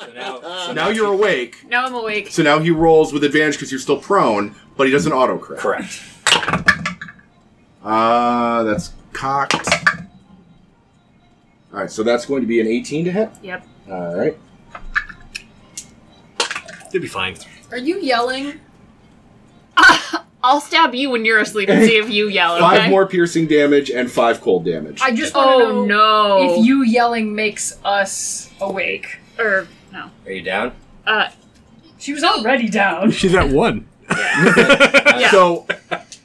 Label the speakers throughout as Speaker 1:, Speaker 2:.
Speaker 1: So now, so
Speaker 2: Now you're awake.
Speaker 3: Now I'm awake.
Speaker 2: So now he rolls with advantage because you're still prone, but he doesn't auto crit.
Speaker 1: correct.
Speaker 2: Uh, that's cocked. All right, so that's going to be an 18 to hit.
Speaker 3: Yep.
Speaker 2: All right.
Speaker 4: You'll be fine.
Speaker 5: Are you yelling?
Speaker 3: I'll stab you when you're asleep and see if you yell. Okay?
Speaker 2: Five more piercing damage and five cold damage.
Speaker 5: I just want to
Speaker 3: Oh
Speaker 5: know
Speaker 3: no!
Speaker 5: if you yelling makes us awake.
Speaker 3: or no.
Speaker 1: Are you down?
Speaker 3: Uh,
Speaker 5: She was already down.
Speaker 4: She's at one.
Speaker 3: yeah.
Speaker 2: So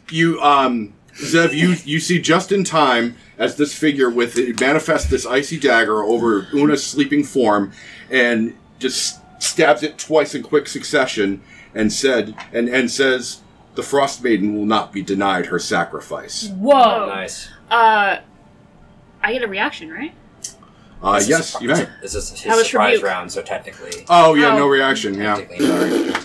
Speaker 2: you um Zev, you you see just in time as this figure with it manifests this icy dagger over Una's sleeping form and just stabs it twice in quick succession and said and, and says the frost maiden will not be denied her sacrifice.
Speaker 3: Mm-hmm.
Speaker 5: Whoa.
Speaker 1: Nice.
Speaker 3: uh, I get a reaction, right?
Speaker 2: Uh,
Speaker 1: It's a
Speaker 2: yes,
Speaker 1: surpri-
Speaker 2: you may.
Speaker 1: This is
Speaker 3: That
Speaker 1: his
Speaker 3: was
Speaker 1: surprise
Speaker 3: rebuke.
Speaker 1: round, so technically,
Speaker 2: Oh yeah,
Speaker 3: Oh.
Speaker 2: no reaction. Yeah,
Speaker 1: technically sorry.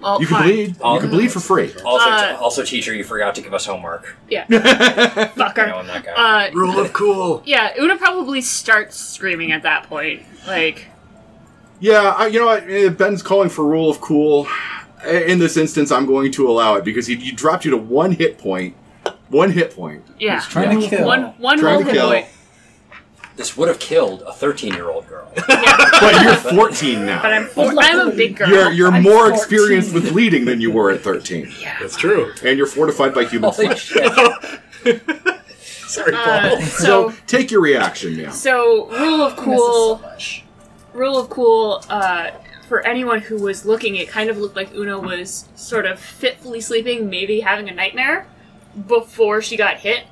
Speaker 3: Well,
Speaker 2: you can
Speaker 3: fine.
Speaker 2: bleed. You
Speaker 1: All
Speaker 2: can
Speaker 1: good.
Speaker 2: bleed for free.
Speaker 1: Also,
Speaker 3: Uh,
Speaker 1: also, teacher, you forgot to give us homework.
Speaker 3: Yeah,
Speaker 1: You
Speaker 3: fucker.
Speaker 1: know, I'm not going.
Speaker 3: Uh,
Speaker 4: Rule of cool.
Speaker 3: yeah. Una probably starts screaming at that point. Like,
Speaker 2: Yeah, I, you know what? eh, Ben's calling for rule of cool. I- In this instance, I'm going to allow it because he, he dropped you to one hit point. One hit point.
Speaker 3: yeah.
Speaker 6: Trying to kill.
Speaker 3: One one
Speaker 2: Trying
Speaker 3: whole
Speaker 2: to
Speaker 3: hit
Speaker 2: kill.
Speaker 3: point.
Speaker 1: this would have killed a 13 year old girl.
Speaker 3: Yeah,
Speaker 2: But you're 14 now.
Speaker 3: but I'm four, I'm a big girl.
Speaker 2: you're you're
Speaker 5: I'm
Speaker 2: more
Speaker 5: 14.
Speaker 2: experienced with bleeding than you were at 13,
Speaker 4: That's true.
Speaker 2: and you're fortified by human
Speaker 1: Holy
Speaker 2: flesh.
Speaker 1: shit.
Speaker 4: Sorry,
Speaker 3: Uh,
Speaker 4: Paul.
Speaker 3: so
Speaker 2: Take your reaction now.
Speaker 3: so rule of
Speaker 5: This is so
Speaker 3: cool.
Speaker 5: much.
Speaker 3: rule of cool uh, for anyone who was looking it kind of looked like una was sort of fitfully sleeping maybe having a nightmare before she got hit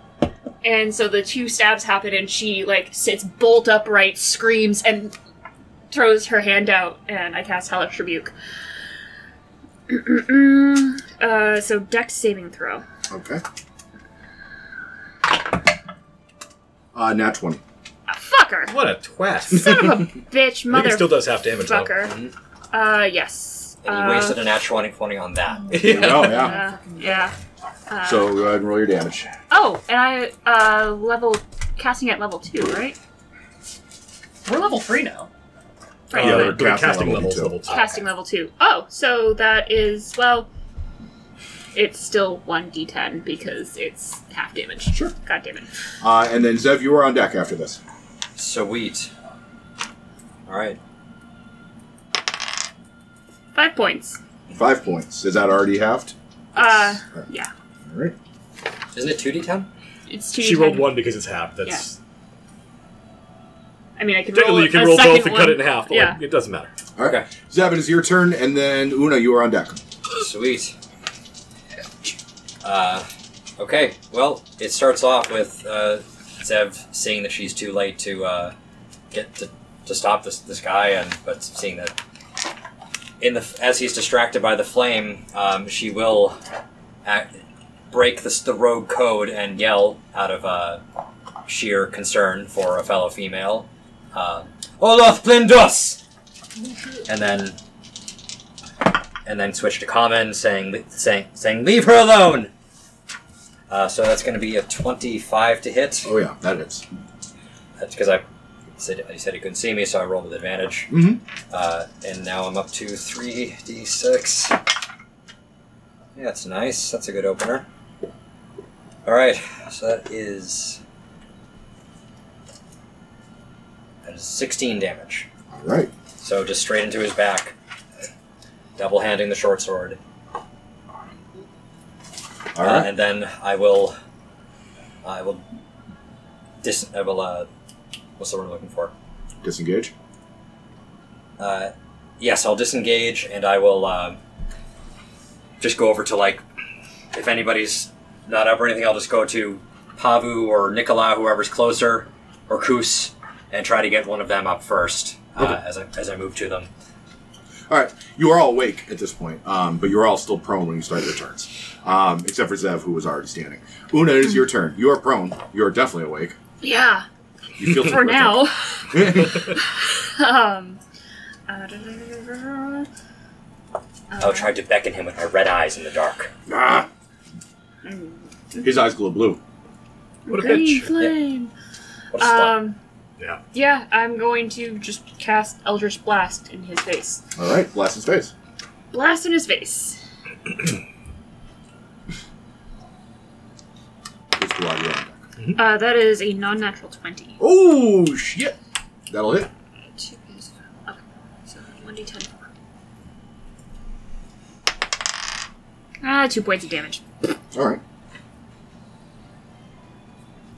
Speaker 3: and so the two stabs happen and she like sits bolt upright screams and throws her hand out and i cast hellish rebuke uh, so dex saving throw
Speaker 2: Okay. Uh, nat 20.
Speaker 3: Ah, fucker
Speaker 4: What a twat.
Speaker 3: son of a bitch
Speaker 4: I think it still
Speaker 3: motherfucker
Speaker 4: does half damage. though.
Speaker 3: uh yes
Speaker 1: And you
Speaker 3: Uh,
Speaker 1: wasted a natural 20 on that.
Speaker 4: Yeah.
Speaker 2: Oh yeah.
Speaker 3: uh, yeah uh,
Speaker 2: So go ahead and roll your damage.
Speaker 3: Oh, and I uh level casting at level two, right?
Speaker 5: We're level three now.
Speaker 3: Right.
Speaker 4: Uh,
Speaker 2: Yeah,
Speaker 3: right.
Speaker 4: the
Speaker 2: casting
Speaker 4: casting
Speaker 2: level
Speaker 4: level's
Speaker 2: too.
Speaker 4: level two.
Speaker 3: Casting level two. Oh, so that is well it's still one D ten because it's half damage. Sure. God damn it.
Speaker 2: Uh, and then Zev, you are on deck after this.
Speaker 1: Sweet. Alright.
Speaker 3: Five points.
Speaker 2: Five points. Is that already halved?
Speaker 3: Uh yeah.
Speaker 2: All right.
Speaker 1: Isn't it 2d10?
Speaker 3: It's two
Speaker 4: She
Speaker 3: D10.
Speaker 4: rolled one because it's half. That's
Speaker 3: I mean I can roll,
Speaker 4: technically
Speaker 3: a,
Speaker 4: you can
Speaker 3: a
Speaker 4: roll
Speaker 3: second
Speaker 4: both and cut
Speaker 3: one.
Speaker 4: it in half, but
Speaker 3: yeah.
Speaker 4: like, it doesn't matter.
Speaker 2: All right.
Speaker 1: Okay.
Speaker 2: Zev, it is your turn, and then Una, you are on deck.
Speaker 1: Sweet. Uh, okay, well, it starts off with uh, Zev seeing that she's too late to uh, get to, to stop this this guy, and but seeing that in the as he's distracted by the flame, um, she will act, break this, the rogue code and yell out of uh, sheer concern for a fellow female, uh, "Olof Blindos," and then and then switch to common, saying saying saying leave her alone. Uh, so that's going to be a twenty-five to hit.
Speaker 2: Oh yeah, that is.
Speaker 1: That's because I said you said you couldn't see me, so I rolled with advantage.
Speaker 2: Mhm.
Speaker 1: Uh, and now I'm up to three d six. Yeah, that's nice. That's a good opener. All right, so that is that is sixteen damage.
Speaker 2: All right.
Speaker 1: So just straight into his back, double handing the short sword.
Speaker 2: All
Speaker 1: Uh,
Speaker 2: right.
Speaker 1: and then I will, I will, dis. I will. Uh, what's the word I'm looking for?
Speaker 2: Disengage.
Speaker 1: Uh, yes, I'll disengage, and I will um just go over to like, if anybody's not up or anything, I'll just go to Pavu or Nicola, whoever's closer, or Kus, and try to get one of them up first uh, as I as I move to them.
Speaker 2: All right. You are all awake at this point, um, but you're all still prone when you start your turns, um, except for Zev, who was already standing. Una, it is your turn. You are prone. You are definitely awake.
Speaker 3: Yeah.
Speaker 2: You feel
Speaker 3: For
Speaker 2: terrific.
Speaker 3: now. um uh,
Speaker 1: I'll try to beckon him with my red eyes in the dark.
Speaker 2: Ah. His eyes glow blue.
Speaker 4: What a
Speaker 3: green
Speaker 4: bitch.
Speaker 3: flame.
Speaker 1: What a slut.
Speaker 3: Um,
Speaker 4: Yeah.
Speaker 3: Yeah, I'm going to just cast Eldritch Blast in his face.
Speaker 2: All right, blast his face.
Speaker 3: Blast in his face.
Speaker 2: Just go out your own back.
Speaker 3: Uh, that is a non-natural twenty.
Speaker 2: Oh shit! That'll hit.
Speaker 3: Two is- okay, so 1d10. Ah, two points of damage.
Speaker 2: All right.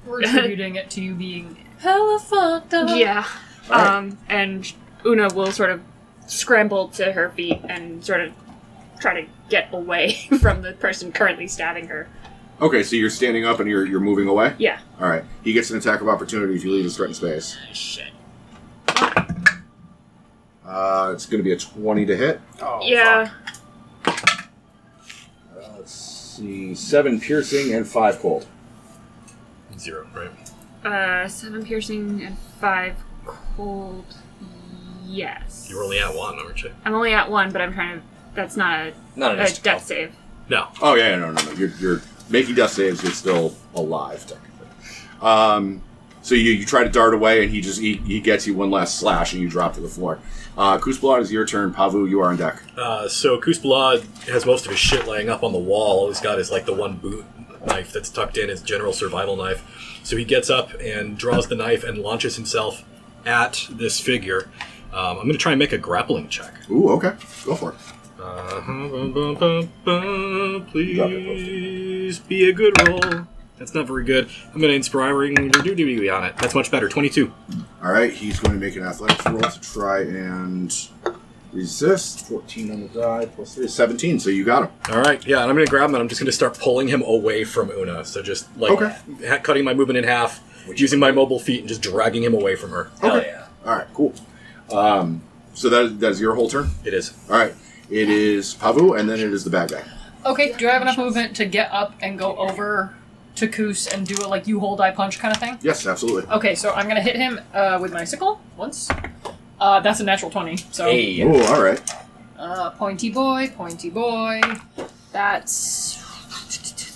Speaker 5: We're attributing it to you being
Speaker 6: Hella fucked up.
Speaker 5: Uh-huh.
Speaker 3: Yeah.
Speaker 2: All right.
Speaker 3: Um, and Una will sort of scramble to her feet and sort of try to get away from the person currently stabbing her.
Speaker 2: Okay, so you're standing up and you're you're moving away.
Speaker 3: Yeah.
Speaker 2: All right. He gets an attack of opportunity if you leave his threatened space.
Speaker 3: Shit.
Speaker 2: Uh, it's going to be a twenty to hit.
Speaker 4: Oh,
Speaker 3: yeah.
Speaker 2: Uh, let's see, seven piercing and five cold.
Speaker 4: fuck. Zero, right?
Speaker 3: Uh, seven piercing and five cold. Yes.
Speaker 4: You're only at one, aren't you?
Speaker 3: I'm only at one, but I'm trying to. That's not a,
Speaker 1: Not
Speaker 3: a
Speaker 1: an
Speaker 3: death
Speaker 1: extra health.
Speaker 3: save.
Speaker 4: No.
Speaker 2: Oh yeah, yeah, no, no, no. You're, you're making death saves. You're still alive technically. Um, so you, you try to dart away, and he just he, he gets you one last slash, and you drop to the floor. Uh, Kuzblad is your turn. Pavu, you are on deck.
Speaker 4: Uh, so Kuzbalad has most of his shit laying up on the wall. All he's got is like the one boot knife that's tucked in, his general survival knife. So he gets up and draws the knife and launches himself at this figure. Um, I'm going to try and make a grappling check.
Speaker 2: Ooh, okay, go for it.
Speaker 4: Uh, bum, bum, bum, bum, please be a good roll. That's not very good. I'm going to inspiring on it. That's much better. 22.
Speaker 2: All right, he's going to make an athletics roll to try and resist. Fourteen on the die plus three is seventeen. So you got him.
Speaker 4: All right, yeah, and I'm gonna grab him. and I'm just gonna start pulling him away from Una. So just like
Speaker 2: Okay.
Speaker 4: ha- cutting my movement in half, using my mobile feet, and just dragging him away from her.
Speaker 1: Hell
Speaker 2: Okay.
Speaker 1: yeah.
Speaker 2: All right, cool. Um, so that that's your whole turn.
Speaker 4: It is.
Speaker 2: All right, it is Pavu, and then it is the bad guy.
Speaker 5: Okay, do I have enough movement to get up and go over to Koos and do a like you hold I punch kind of thing?
Speaker 2: Yes, absolutely.
Speaker 5: Okay, so I'm gonna hit him uh, with my sickle once. Uh, that's a natural twenty. So
Speaker 1: Hey.
Speaker 2: Oh, all right.
Speaker 5: uh, pointy boy, pointy boy. That's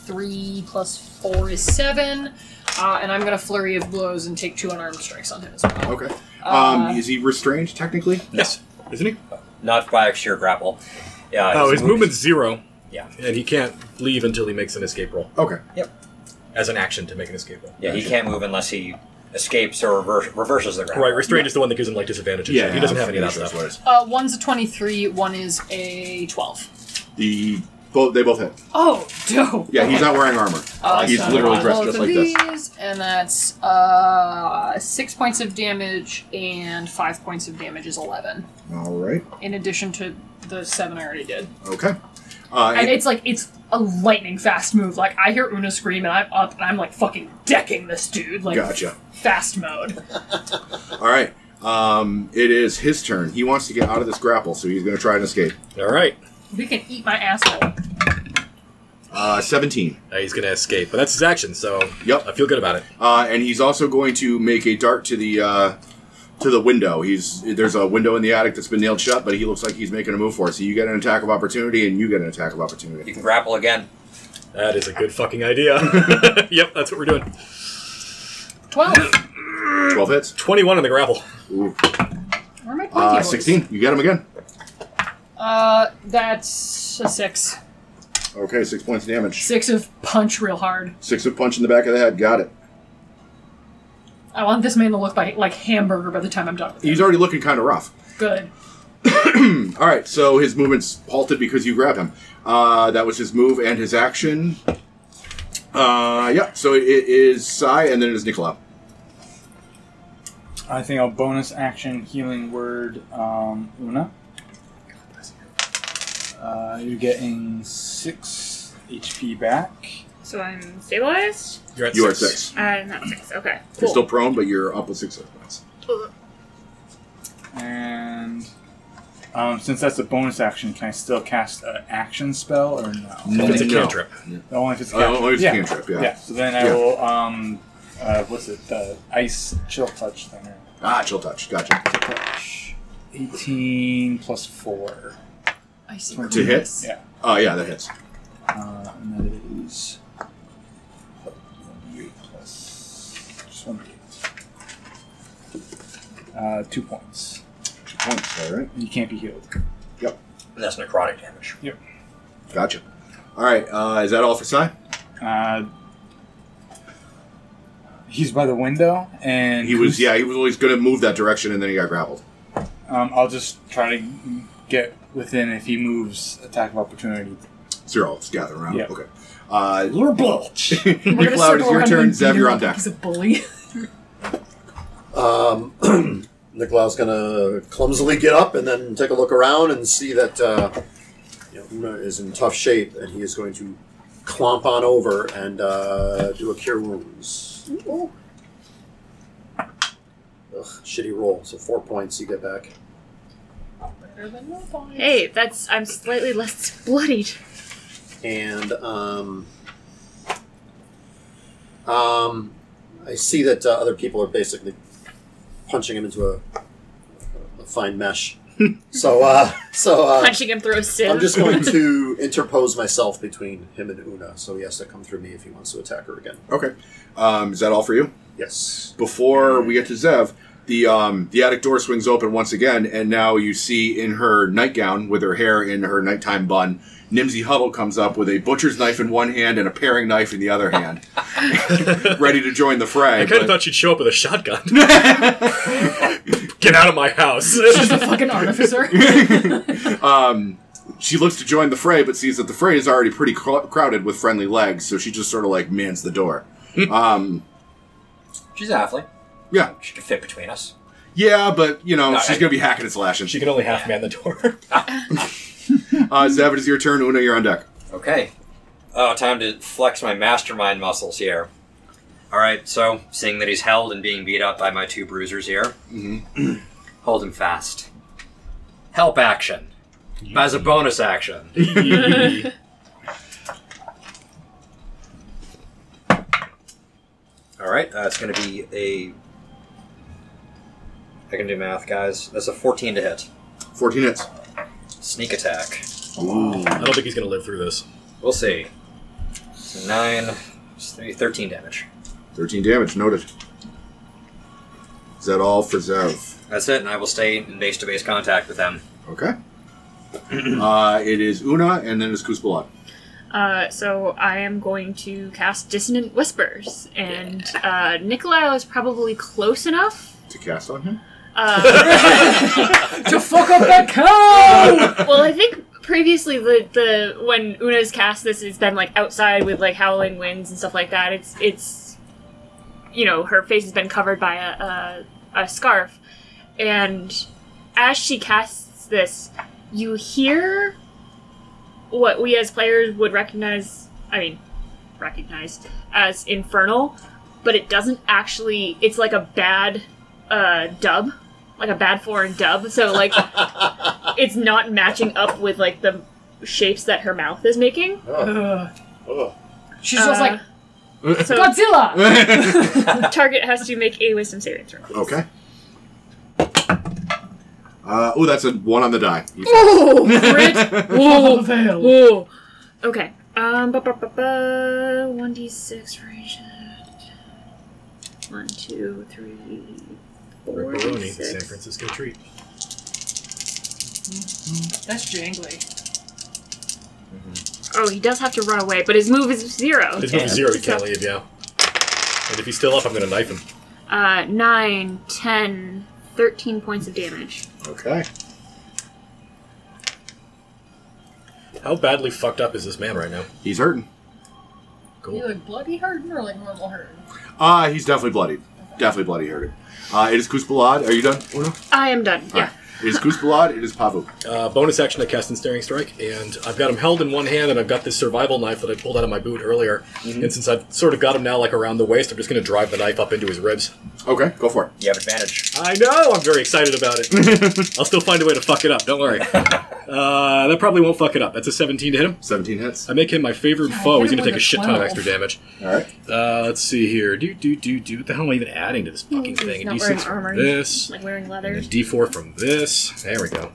Speaker 5: three plus four is seven. Uh, and I'm gonna flurry of blows and take two unarmed strikes on him as well.
Speaker 2: Okay. Um,
Speaker 5: Uh,
Speaker 2: is he restrained technically?
Speaker 4: Yes, isn't he?
Speaker 1: Not by sheer grapple. Yeah.
Speaker 4: Oh, his movement's zero,
Speaker 1: Yeah.
Speaker 4: and he can't leave until he makes an escape roll
Speaker 2: Okay.
Speaker 4: as an action to make an escape roll.
Speaker 1: Yeah, he can't move unless he escapes or rever- reverses the grapple.
Speaker 4: Right, restraint is the one that gives him like disadvantages.
Speaker 2: Yeah,
Speaker 4: he doesn't have any of that
Speaker 2: that's
Speaker 4: stuff.
Speaker 2: what it is.
Speaker 5: Uh, one's a twenty-three. One is a twelve.
Speaker 2: The both they both hit.
Speaker 5: Oh, dope.
Speaker 2: Yeah, he's not wearing armor.
Speaker 5: Uh,
Speaker 2: he's
Speaker 5: so
Speaker 2: literally
Speaker 5: I'll
Speaker 2: dressed
Speaker 5: roll
Speaker 2: just
Speaker 5: for
Speaker 2: like this.
Speaker 5: these, And that's uh, six points of damage, and five points of damage is eleven.
Speaker 2: All right.
Speaker 5: In addition to the seven I already did,
Speaker 2: Okay. Uh,
Speaker 5: and
Speaker 2: and-
Speaker 5: it's like it's a lightning fast move. Like I hear Una scream, and I'm up, and I'm like fucking decking this dude. Like
Speaker 2: gotcha.
Speaker 5: fast mode.
Speaker 2: All right. Um, it is his turn. He wants to get out of this grapple, so he's going to try and escape.
Speaker 4: All right,
Speaker 5: We can eat my asshole.
Speaker 2: Uh, Seventeen.
Speaker 4: Uh, he's gonna escape, but that's his action. So
Speaker 2: Yep.
Speaker 4: I feel good about it.
Speaker 2: Uh, and he's also going to make a dart to the uh, to the window. He's there's a window in the attic that's been nailed shut, but he looks like he's making a move for it. So you get an attack of opportunity, and you get an attack of
Speaker 1: You
Speaker 2: opportunity.
Speaker 1: can grapple again.
Speaker 4: That is a good fucking idea. yep, that's what we're doing.
Speaker 5: Twelve.
Speaker 2: Twelve hits.
Speaker 4: Twenty-one on the gravel.
Speaker 2: Ooh.
Speaker 5: Where are my pointy
Speaker 2: Uh,
Speaker 5: boys?
Speaker 2: Sixteen. You get him again.
Speaker 5: Uh, that's a six.
Speaker 2: Okay, six points of damage.
Speaker 5: Six of punch real hard.
Speaker 2: Six of punch in the back of the head. Got it.
Speaker 5: I want this man to look like like hamburger by the time I'm done. With him.
Speaker 2: He's already looking kind of rough.
Speaker 5: Good.
Speaker 2: All right, so his movement's halted because you grab him. Uh, that was his move and his action. Uh, yeah, so it is Sai, and then it is Nicolau.
Speaker 7: I think I'll bonus action healing word um, Una. Uh, you're getting six HP back.
Speaker 3: So I'm stabilized?
Speaker 4: You're at
Speaker 2: You are six.
Speaker 3: Uh, not six. Okay.
Speaker 2: You're
Speaker 3: Cool.
Speaker 2: still prone, but you're up with six hit points.
Speaker 7: And um, since that's a bonus action, can I still cast an action spell or no?
Speaker 4: If it's a
Speaker 2: No.
Speaker 4: cantrip.
Speaker 7: Only if it's a
Speaker 2: Oh,
Speaker 7: cantrip.
Speaker 2: only if it's a
Speaker 7: yeah.
Speaker 2: cantrip, yeah.
Speaker 7: So then I
Speaker 2: Yeah.
Speaker 7: will. Um, uh, what's it? The ice chill touch thing. or-
Speaker 2: Ah, chill touch. Gotcha.
Speaker 7: Touch. 18 plus 4.
Speaker 5: I see.
Speaker 2: To hit?
Speaker 5: Yes.
Speaker 7: Yeah.
Speaker 2: Oh, yeah, that hits.
Speaker 7: Uh, and that is. Just one d8. Uh, two points.
Speaker 2: Two points, all right.
Speaker 7: And you can't be healed.
Speaker 1: And that's necrotic damage.
Speaker 2: Gotcha. All right, uh, is that all for Sai?
Speaker 7: Uh, he's by the window, and
Speaker 2: He was,
Speaker 7: Kus-
Speaker 2: yeah, he was always going to move that direction, and then he got grappled.
Speaker 7: Um, I'll just try to get within. If he moves, attack of opportunity.
Speaker 2: Zero, it's gathering around.
Speaker 7: Yeah.
Speaker 2: Okay. Uh,
Speaker 7: Lure bulge.
Speaker 5: We're gonna
Speaker 2: Nicolau, it's
Speaker 5: circle
Speaker 2: your
Speaker 5: around
Speaker 2: turn.
Speaker 5: and beat
Speaker 2: Zev,
Speaker 5: him
Speaker 2: you're
Speaker 5: up
Speaker 2: on
Speaker 5: like
Speaker 2: deck.
Speaker 5: He's a bully.
Speaker 6: Um, Nikolau's gonna clumsily get up and then take a look around and see that uh, you know, Una is in tough shape, and he is going to clomp on over and uh, do a cure wounds. Ugh, shitty roll. So four points you get back.
Speaker 3: Hey, that's I'm slightly less bloodied.
Speaker 6: and um, um, I see that uh, other people are basically punching him into a, a fine mesh. so, uh, so uh,
Speaker 3: Punching him through a sieve.
Speaker 6: I'm just going to interpose myself between him and Una, so he has to come through me if he wants to attack her again.
Speaker 2: Okay. Um, is that all for you?
Speaker 6: Yes.
Speaker 2: Before we get to Zev, the um, the attic door swings open once again, and now you see in her nightgown with her hair in her nighttime bun, Nimsy Huddle comes up with a butcher's knife in one hand and a paring knife in the other hand, ready to join the fray.
Speaker 4: I kind
Speaker 2: but-
Speaker 4: of thought she'd show up with a shotgun. Get out of my house.
Speaker 5: She's a fucking artificer.
Speaker 2: she looks to join the fray, but sees that the fray is already pretty cro- crowded with friendly legs, so she just sort of like mans the door. um,
Speaker 1: She's an halfling.
Speaker 2: yeah,
Speaker 1: She could fit between us.
Speaker 2: yeah, but you know
Speaker 1: No,
Speaker 2: she's
Speaker 1: I-
Speaker 2: gonna be hacking and slashing.
Speaker 4: she can only half man the door.
Speaker 2: uh, Zev, it is your turn. Una, you're on deck.
Speaker 1: Okay. Oh, time to flex my mastermind muscles here. All right, so seeing that he's held and being beat up by my two bruisers here, hold him fast. Help action. As a bonus action. All right, uh, it's going to be a. I can do math, guys. That's a 14 to hit.
Speaker 2: Fourteen hits.
Speaker 1: Sneak attack.
Speaker 4: I don't think he's going to live through this.
Speaker 1: We'll see. So 9, it's three- 13 damage.
Speaker 2: Thirteen damage. Noted. Is that all for Zev?
Speaker 1: That's it, and I will stay in base to base contact with them.
Speaker 2: Okay. uh, it is Una, and then it's Kuzbalat.
Speaker 3: Uh, so I am going to cast Dissonant Whispers, and uh, Nicolau is probably close enough.
Speaker 2: To cast on him.
Speaker 3: Uh,
Speaker 5: to fuck up that cow!
Speaker 3: well, I think previously the, the when Una's cast this, it's been like outside with like howling winds and stuff like that. It's it's you know her face has been covered by a, a, a scarf, and as she casts this, you hear what we as players would recognize. I mean, recognized as infernal, but it doesn't actually. It's like a bad uh, dub, like a bad foreign dub. So like, it's not matching up with like the shapes that her mouth is making.
Speaker 5: Ugh.
Speaker 6: Ugh.
Speaker 5: She's just
Speaker 3: Uh,
Speaker 5: like,
Speaker 3: So
Speaker 5: Godzilla!
Speaker 3: target has to make a wisdom saving throw.
Speaker 2: okay. Uh, oh, that's a one on the die. You
Speaker 3: Ooh, crit.
Speaker 5: Whoa, veil.
Speaker 3: Ooh. Okay. Um, ba ba ba ba. One d six for each. One, two, three, four,
Speaker 4: Ripperoni, the San
Speaker 3: six.
Speaker 4: Francisco treat.
Speaker 5: That's jangly.
Speaker 3: Oh, he does have to run away, but his move is zero.
Speaker 4: His move is zero. He can't
Speaker 3: So,
Speaker 4: leave. Yeah. And if he's still up, I'm going to knife him.
Speaker 3: Uh, nine, ten, thirteen points of damage.
Speaker 2: Okay.
Speaker 4: How badly fucked up is this man right now?
Speaker 2: He's hurting.
Speaker 5: You
Speaker 4: Cool.
Speaker 5: like bloody hurting or like normal hurting?
Speaker 2: Ah, he's definitely bloodied. Definitely bloody hurting. Uh, it is Kuzbalad. Are you done? Oh, no.
Speaker 3: I am done. Yeah.
Speaker 2: It is Kuzbalad. It is Pavu.
Speaker 4: Uh, bonus action, I cast Ensnaring Strike, and I've got him held in one hand, and I've got this survival knife that I pulled out of my boot earlier. And since I've sort of got him now like around the waist, I'm just going to drive the knife up into his ribs.
Speaker 2: Okay, go for it.
Speaker 1: You have advantage.
Speaker 4: I know. I'm very excited about it. I'll still find a way to fuck it up. Don't worry. Uh, that probably won't fuck it up. That's a 17 to hit him.
Speaker 2: 17 hits.
Speaker 4: I make him my favorite
Speaker 5: Yeah,
Speaker 4: foe.
Speaker 5: hit
Speaker 4: He's
Speaker 5: him
Speaker 4: going
Speaker 5: with
Speaker 4: to take
Speaker 5: a
Speaker 4: a shit ton of
Speaker 5: 12.
Speaker 4: extra damage.
Speaker 2: All right.
Speaker 4: Uh, let's see here. Do do do do. What the hell am I even adding to this fucking
Speaker 3: he's
Speaker 4: thing? A
Speaker 3: not
Speaker 4: d6
Speaker 3: wearing
Speaker 4: from
Speaker 3: armor.
Speaker 4: this,
Speaker 3: Like wearing
Speaker 4: and a
Speaker 3: leathers.
Speaker 4: d4 from this. There we go.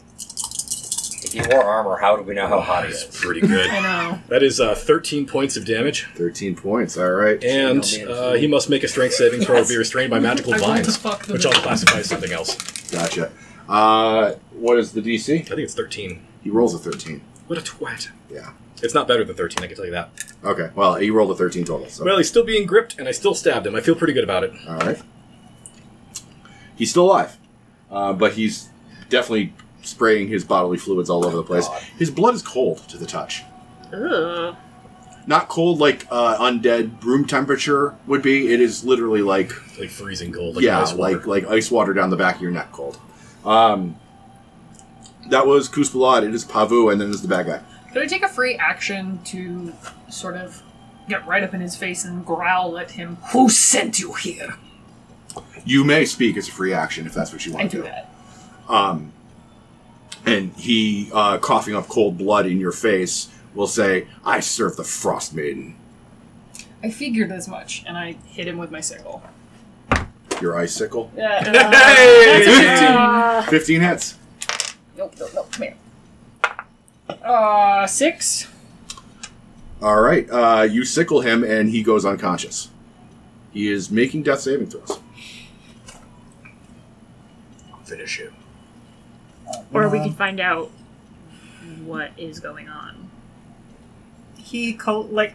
Speaker 1: He wore armor. How do we know how hot he
Speaker 4: That's
Speaker 1: is?
Speaker 4: pretty good.
Speaker 5: I know.
Speaker 4: That is uh, 13 points of damage,
Speaker 2: 13 points, all right.
Speaker 4: and uh, he must make a strength saving throw or be restrained by magical
Speaker 5: I want to
Speaker 4: vines,
Speaker 5: fuck them.
Speaker 4: which I'll classify as something else.
Speaker 2: Gotcha. Uh, what is the
Speaker 4: I
Speaker 2: DC?
Speaker 4: think it's 13.
Speaker 2: He rolls a 13.
Speaker 4: What a twat.
Speaker 2: Yeah.
Speaker 4: It's not better than 13, I can tell you that.
Speaker 2: Okay, well, he rolled a 13 total, so.
Speaker 4: Well, he's still being gripped, and I still stabbed him. I feel pretty good about it.
Speaker 2: All right. He's still alive, uh, but he's definitely spraying his bodily fluids all over the place. His blood is cold to the touch.
Speaker 3: Ugh.
Speaker 2: Not cold like uh, undead room temperature would be. It is literally like
Speaker 4: Like freezing cold, like
Speaker 2: yeah,
Speaker 4: ice water.
Speaker 2: like like ice water down the back of your neck cold. Um, that was Kuspalad. It is Pavu, and then it's the bad guy.
Speaker 5: Could I take a free action to sort of get right up in his face and growl at him? Who sent you here?
Speaker 2: You may speak as a free action if that's what you
Speaker 5: I
Speaker 2: want to
Speaker 5: do
Speaker 2: do.
Speaker 5: that.
Speaker 2: um, and he uh, coughing up cold blood in your face will say, "I serve the Frost Maiden."
Speaker 5: I figured as much, and I hit him with my sickle.
Speaker 2: Your icicle,
Speaker 5: That's a
Speaker 4: Hey!
Speaker 5: 15.
Speaker 2: fifteen hits.
Speaker 5: Nope, nope, nope. Come here. Uh, six.
Speaker 2: All right, uh, you sickle him, and he goes unconscious. He is making death saving throws.
Speaker 4: Finish him.
Speaker 3: Or we can find out what is going on.
Speaker 8: He col- like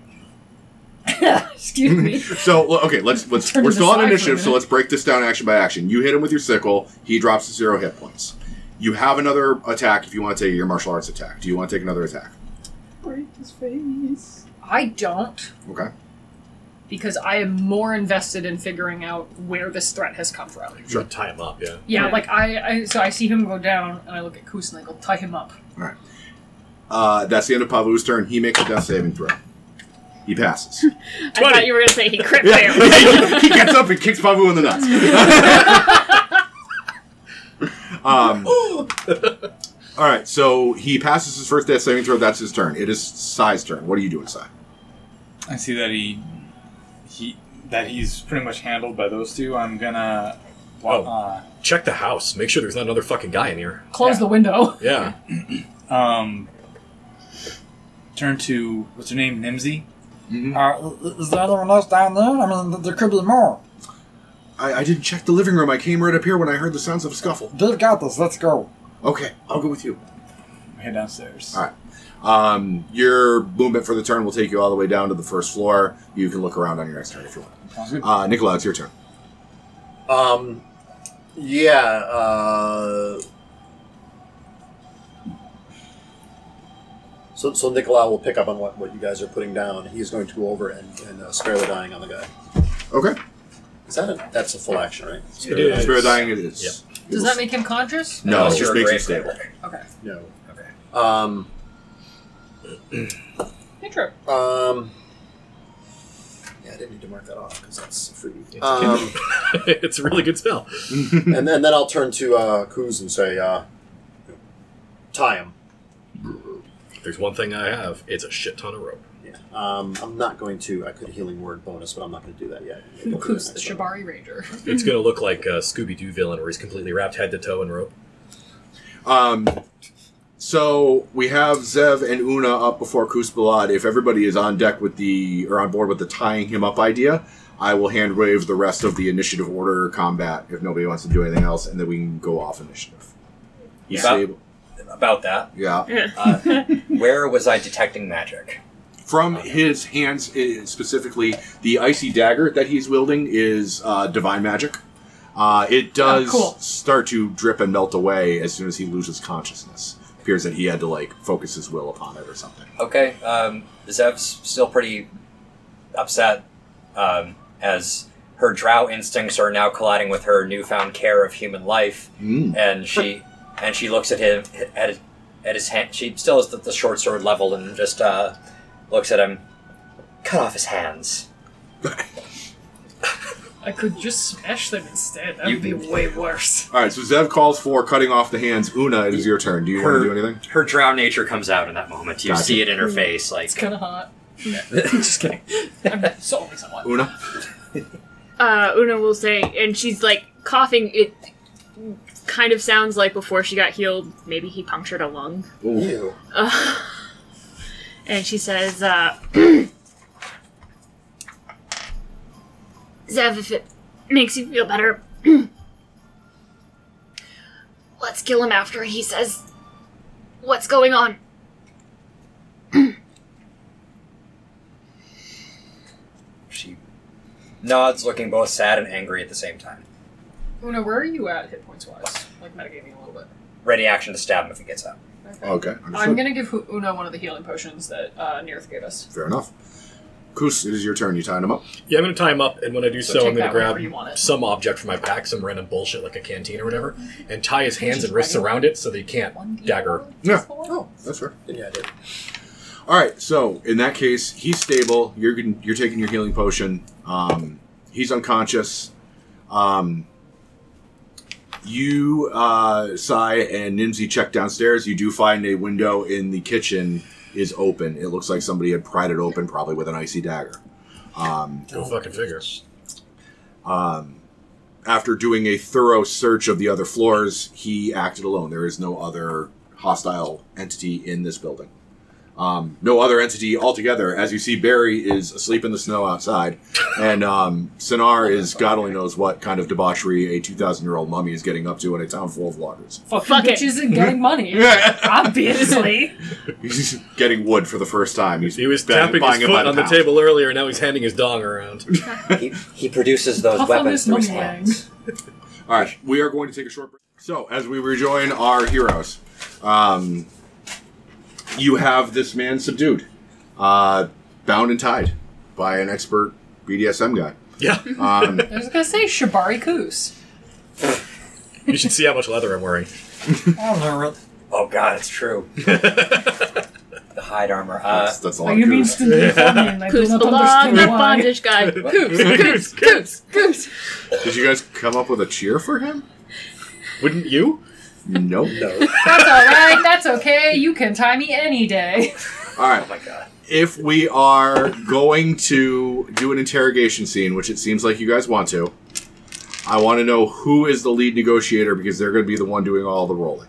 Speaker 5: Excuse me.
Speaker 2: So l- okay, let's let's
Speaker 5: Turning
Speaker 2: we're still on
Speaker 5: aside for a
Speaker 2: initiative, so
Speaker 5: minute.
Speaker 2: let's break this down action by action. You hit him with your sickle. He drops to zero hit points. You have another attack if you want to take your martial arts attack. Do you want to take another attack?
Speaker 8: break his face.
Speaker 5: I don't,
Speaker 2: Okay.
Speaker 5: because I am more invested in figuring out where this threat has come from.
Speaker 4: Sure. Tie him up, yeah.
Speaker 5: Yeah,
Speaker 3: Yeah.
Speaker 5: like I, I, so I see him go down, and I look at Kus and I go, tie him up.
Speaker 2: Uh, that's the end of Pavu's turn. He makes a death saving throw. He passes.
Speaker 3: I
Speaker 4: 20.
Speaker 3: thought you were gonna say he crit
Speaker 2: Yeah,
Speaker 3: failed.
Speaker 2: he, he gets up and kicks Pavu in the nuts. um, all right, so he passes his first death saving throw. That's his turn. It is Sai's turn. What are you doing, Sai?
Speaker 7: I see that he he that he's pretty much handled by those two. I'm gonna.
Speaker 4: Oh.
Speaker 7: Uh,
Speaker 4: Check the house. Make sure there's not another fucking guy in here.
Speaker 5: Close
Speaker 7: Yeah.
Speaker 5: the window.
Speaker 4: Yeah.
Speaker 7: um, turn to what's her name, Nimsy.
Speaker 2: Mm-hmm.
Speaker 9: Uh, is there anyone else down there? I mean, th- there could be more.
Speaker 2: I, I didn't check the living room. I came right up here when I heard the sounds of a scuffle.
Speaker 9: They've got this. Let's go.
Speaker 2: Okay, I'll go with you.
Speaker 7: Head downstairs.
Speaker 2: All right. Um, your movement for the turn will take you all the way down to the first floor. You can look around on your next turn if you want.
Speaker 7: Sounds good.
Speaker 2: Uh, Nicola, it's your turn.
Speaker 6: Um, yeah. Uh, so, so Nikolai will pick up on what, what you guys are putting down. He's going to go over and, and uh, spare the dying on the guy.
Speaker 2: Okay.
Speaker 6: Is that a, that's a full action, right?
Speaker 4: It is.
Speaker 2: Spirit dying it is. It
Speaker 5: Does
Speaker 2: will-
Speaker 5: that make him conscious?
Speaker 2: No, it
Speaker 1: Unless you're
Speaker 2: just makes
Speaker 1: a
Speaker 2: him
Speaker 1: grave
Speaker 2: stable.
Speaker 1: robber.
Speaker 5: Okay.
Speaker 6: No.
Speaker 1: Okay.
Speaker 6: Um,
Speaker 5: Intro.
Speaker 6: um, yeah, I didn't need to mark that off because that's free.
Speaker 4: It's
Speaker 6: Um,
Speaker 4: it's a really good spell.
Speaker 6: and, then, then I'll turn to uh, Kuz and say, uh, tie him.
Speaker 4: If there's one thing I have, it's a shit ton of rope.
Speaker 6: Yeah. Um, I'm not going to. I could healing word bonus, but I'm not going to do that yet. We'll do that
Speaker 5: Kus, the
Speaker 6: next time.
Speaker 5: Shibari Ranger.
Speaker 4: It's gonna look like a Scooby Doo villain where he's completely wrapped head to toe in rope.
Speaker 2: Um, so we have Zev and Una up before Kuspalad. If everybody is on deck with the or on board with the tying him up idea, I will hand wave the rest of the initiative order combat if nobody wants to do anything else, and then we can go off initiative.
Speaker 1: Yeah.
Speaker 2: He's stable.
Speaker 1: About that,
Speaker 2: Yeah.
Speaker 1: uh, where was I detecting magic?
Speaker 2: From his hands, i- specifically, the icy dagger that he's wielding is uh, divine magic. Uh, it does
Speaker 5: cool.
Speaker 2: start to drip and melt away as soon as he loses consciousness. Appears that he had to like focus his will upon it or something.
Speaker 1: Okay, um, Zev's still pretty upset um, as her drow instincts are now colliding with her newfound care of human life,
Speaker 2: Mm.
Speaker 1: and she and she looks at him at at his hand. She still has the, the short sword leveled and just uh, looks at him. Cut off his hands.
Speaker 5: I could just smash them instead. That
Speaker 1: You-
Speaker 5: would be way worse.
Speaker 2: All right, so Zev calls for cutting off the hands. Una, it is your turn. Do you want to do anything?
Speaker 1: Her drow nature comes out in that moment. You
Speaker 2: Gotcha.
Speaker 1: see it in her face, like
Speaker 5: Hmm. It's kind of hot. just kidding. I'm so only someone.
Speaker 2: Una,
Speaker 3: Uh, Una will say, and she's like coughing it kind of sounds like before she got healed, maybe he punctured a lung.
Speaker 2: Ooh.
Speaker 6: Ew.
Speaker 3: Uh, and she says, uh, Zev, if it makes you feel better, let's kill him after he says what's going on.
Speaker 1: She nods, looking both sad and angry at the same time.
Speaker 5: Una, where are you at hit points wise? Like metagaming a little bit.
Speaker 1: Ready action to stab him if he gets up.
Speaker 5: Okay.
Speaker 2: Okay.
Speaker 5: I'm gonna give Hu- Una one of the healing potions that uh, Nearth gave us.
Speaker 2: Fair enough. Kus, it is your turn. You tying him up.
Speaker 4: Yeah, I'm gonna tie him up, and when I do so,
Speaker 5: take
Speaker 4: I'm gonna
Speaker 5: that wherever
Speaker 4: grab
Speaker 5: you want it.
Speaker 4: some object from my pack, some random bullshit like a canteen or whatever, and tie his hands and wrists around it so they can't dagger.
Speaker 2: Yeah. Oh, that's fair.
Speaker 6: Yeah, I did.
Speaker 2: All right. So in that case, he's stable. You're gon- you're taking your healing potion. Um, he's unconscious. Um, you, uh, Sai, and Nimsy check downstairs. You do find a window in the kitchen is open. It looks like somebody had pried it open, probably with an icy dagger. Um,
Speaker 4: Go fucking figure.
Speaker 2: um, after doing a thorough search of the other floors, he acted alone. There is no other hostile entity in this building. Um, no other entity altogether. As you see, Barry is asleep in the snow outside, and um, Sinar is God only knows what kind of debauchery a 2,000 year old mummy is getting up to in a town full of loggers.
Speaker 5: Fucking
Speaker 3: Fuck it.
Speaker 5: bitches and getting money.
Speaker 8: Obviously.
Speaker 2: He's getting wood for the first time. He's
Speaker 4: He was
Speaker 2: buying-
Speaker 4: tapping his
Speaker 2: buying it by
Speaker 4: foot on the
Speaker 2: pound.
Speaker 4: table earlier, and now he's handing his dong around.
Speaker 1: He, he produces those
Speaker 5: Puff on
Speaker 1: weapons
Speaker 5: this
Speaker 1: through his
Speaker 5: mummy
Speaker 1: hands.
Speaker 2: All right, we are going to take a short break. So, as we rejoin our heroes, um, you have this man subdued, uh, bound and tied by an expert BDSM guy.
Speaker 4: Yeah,
Speaker 2: Um,
Speaker 5: I was gonna say Shibari Koos.
Speaker 4: you should see how much leather I'm wearing.
Speaker 9: I'll hear it.
Speaker 1: Oh god, it's true. the hide armor. Uh,
Speaker 2: that's, that's all.
Speaker 5: Are you
Speaker 2: I'm
Speaker 5: mean
Speaker 2: doing.
Speaker 5: to inform me? and I do
Speaker 3: Coos
Speaker 5: not
Speaker 3: belong, the
Speaker 5: understand why.
Speaker 3: bondage guy. Coos, Coos,
Speaker 4: Goose,
Speaker 3: Coos, Coos.
Speaker 2: Did you guys come up with a cheer for him?
Speaker 4: Wouldn't you?
Speaker 2: No.
Speaker 6: No.
Speaker 5: That's all right. That's okay. You can tie me any day.
Speaker 2: All right.
Speaker 1: oh my god.
Speaker 2: if we are going to do an interrogation scene, which it seems like you guys want to, I want to know who is the lead negotiator because they're going to be the one doing all the rolling.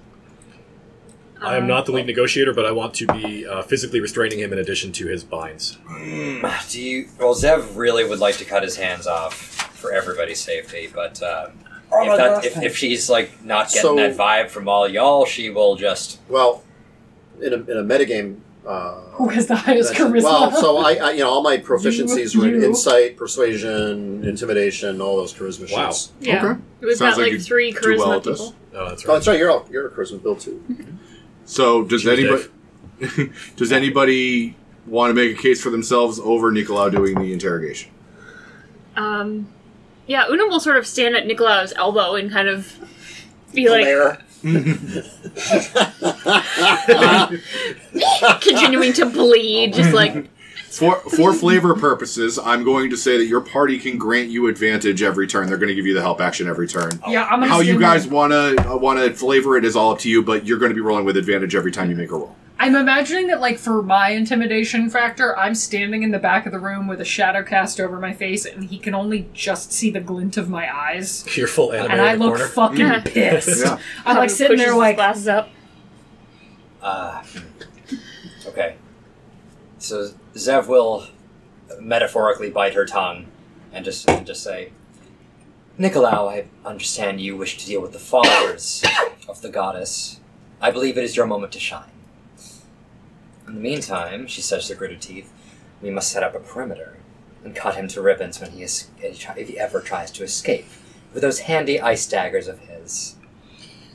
Speaker 4: I am not the
Speaker 5: Uh,
Speaker 4: lead negotiator, but I want to be uh, physically restraining him in addition to his binds.
Speaker 1: Mm, do you? Well, Zev really would like to cut his hands off for everybody's safety, but um,
Speaker 9: Oh my
Speaker 1: if, that,
Speaker 9: God.
Speaker 1: if, if she's like not getting
Speaker 6: So-
Speaker 1: that vibe from all y'all, she will just.
Speaker 6: Well, in a, in a metagame. Uh,
Speaker 5: Who has the highest
Speaker 6: That's-
Speaker 5: charisma?
Speaker 6: Well, so I, I, you know, all my proficiencies were in
Speaker 5: you.
Speaker 6: insight, persuasion, intimidation, all those charisma sheets.
Speaker 4: Wow.
Speaker 3: Yeah.
Speaker 2: Okay.
Speaker 3: It was
Speaker 2: Sounds
Speaker 3: about
Speaker 2: like
Speaker 3: like,
Speaker 2: you
Speaker 3: three
Speaker 2: do
Speaker 3: charisma
Speaker 2: well at this.
Speaker 3: people.
Speaker 4: Oh, that's
Speaker 6: Oh,
Speaker 4: right.
Speaker 6: that's right. You're all, you're a charisma build too.
Speaker 2: So does
Speaker 4: Cheers,
Speaker 2: anybody does anybody want to make a case for themselves over Nicolau doing the interrogation?
Speaker 3: Um, yeah, Una will sort of stand at Nikolau's elbow and kind of be like, continuing to bleed, just like,
Speaker 2: For for flavor purposes, I'm going to say that your party can grant you advantage every turn. They're going to give you the help action every turn.
Speaker 5: yeah, I'm gonna
Speaker 2: How you
Speaker 5: stand
Speaker 2: guys
Speaker 5: there.
Speaker 2: want to want to flavor it is all up to you, but you're going to be rolling with advantage every time you make a roll.
Speaker 5: I'm imagining that, like, for my intimidation factor, I'm standing in the back of the room with a shadow cast over my face, and he can only just see the glint of my eyes.
Speaker 4: Your full anime
Speaker 5: And I
Speaker 4: in the
Speaker 5: look
Speaker 4: corner.
Speaker 5: fucking
Speaker 3: Yeah.
Speaker 5: pissed.
Speaker 2: Yeah.
Speaker 5: I'm like sitting
Speaker 3: pushes
Speaker 5: there,
Speaker 3: his
Speaker 5: like,
Speaker 3: glasses up.
Speaker 1: Uh, okay. So Zev will metaphorically bite her tongue and just and just say, Nicolau, I understand you wish to deal with the followers of the goddess. I believe it is your moment to shine. In the meantime, she says to gritted teeth, we must set up a perimeter and cut him to ribbons when he is, if he ever tries to escape with those handy ice daggers of his.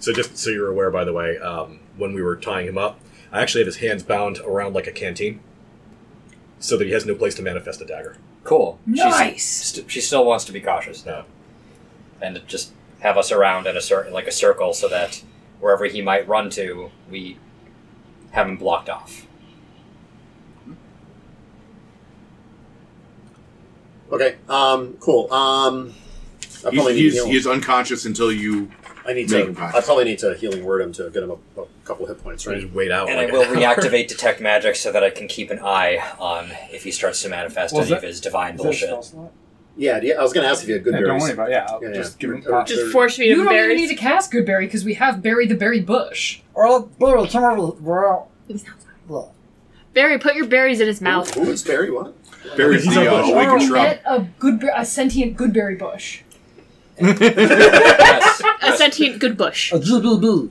Speaker 4: So just so you're aware, by the way, um, when we were tying him up, I actually have his hands bound around like a canteen, so that he has no place to manifest a dagger.
Speaker 1: Cool.
Speaker 5: Nice.
Speaker 1: She's, st- she still wants to be cautious
Speaker 4: Yeah.
Speaker 1: though, and just have us around in a certain like a circle so that wherever he might run to, we have him blocked off.
Speaker 6: Okay. Um. Cool. Um. I
Speaker 2: He's,
Speaker 6: probably need
Speaker 2: he's,
Speaker 6: healing.
Speaker 2: he's unconscious until you.
Speaker 6: I need
Speaker 2: make
Speaker 6: to.
Speaker 2: him conscious.
Speaker 6: I probably need to healing word him to get him a, a couple hit points,
Speaker 4: So I
Speaker 6: right?
Speaker 4: just wait
Speaker 9: Oh
Speaker 4: out.
Speaker 1: And
Speaker 4: like
Speaker 1: I
Speaker 4: a-
Speaker 1: will reactivate detect magic so that I can keep an eye on if he starts to manifest
Speaker 9: Was
Speaker 1: any
Speaker 9: that-
Speaker 1: of his divine
Speaker 9: Is that a
Speaker 1: bullshit.
Speaker 9: spell slot?
Speaker 6: Yeah, do you- I was going to ask if you had good
Speaker 7: Yeah,
Speaker 6: berries.
Speaker 7: don't worry about it. Yeah, I'll
Speaker 6: Yeah,
Speaker 7: just
Speaker 6: yeah.
Speaker 7: give him
Speaker 6: Or-
Speaker 7: pop.
Speaker 3: Just force me
Speaker 5: You
Speaker 3: to
Speaker 5: don't even
Speaker 3: embarrass.
Speaker 5: need to cast Goodberry because we have Berry the Berry Bush.
Speaker 9: Or let Blue come over. We're out. Look.
Speaker 3: Barry, put your berries in his mouth.
Speaker 6: Who, who is Barry? What?
Speaker 2: Barry's
Speaker 4: He's
Speaker 2: the
Speaker 4: up
Speaker 2: uh,
Speaker 4: on
Speaker 5: Or
Speaker 2: awakened
Speaker 5: we
Speaker 2: shrub.
Speaker 5: get a good, a sentient Goodberry Bush.
Speaker 1: Yes.
Speaker 3: A
Speaker 1: yes.
Speaker 3: sentient good bush.
Speaker 9: A Oh, blue, blue, blue.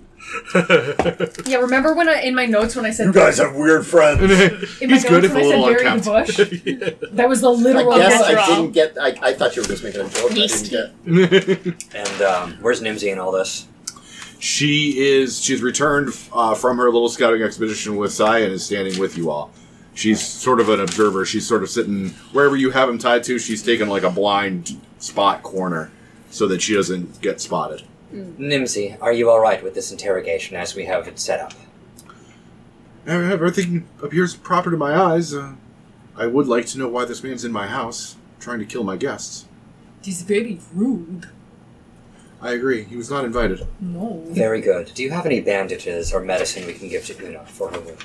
Speaker 5: Yeah, remember when I, in my notes when I said
Speaker 6: have weird friends.
Speaker 5: in my
Speaker 2: He's
Speaker 5: notes
Speaker 2: good if
Speaker 5: when
Speaker 2: a
Speaker 5: I said
Speaker 2: little
Speaker 5: Barry the Bush? That was the
Speaker 6: I
Speaker 5: literal.
Speaker 6: guess
Speaker 3: that's
Speaker 6: I
Speaker 3: wrong.
Speaker 6: didn't get. I, I thought you were just making a joke.
Speaker 3: Yeast.
Speaker 6: I didn't
Speaker 1: And um, where's Nimsy in all this?
Speaker 2: She is. She's returned uh, from her little scouting expedition with Sai and is standing with you all. She's sort of an observer. She's sort of sitting wherever you have him tied to. She's taken like a blind spot corner so that she doesn't get spotted.
Speaker 1: Nimsy, are you all right with this interrogation as we have it set up?
Speaker 2: Everything appears proper to my eyes. Uh, I would like to know why this man's in my house, trying to kill my guests.
Speaker 5: He's very rude.
Speaker 2: I agree. He was not invited.
Speaker 5: No.
Speaker 1: Very good. Do you have any bandages or medicine we can give to Una for her wound?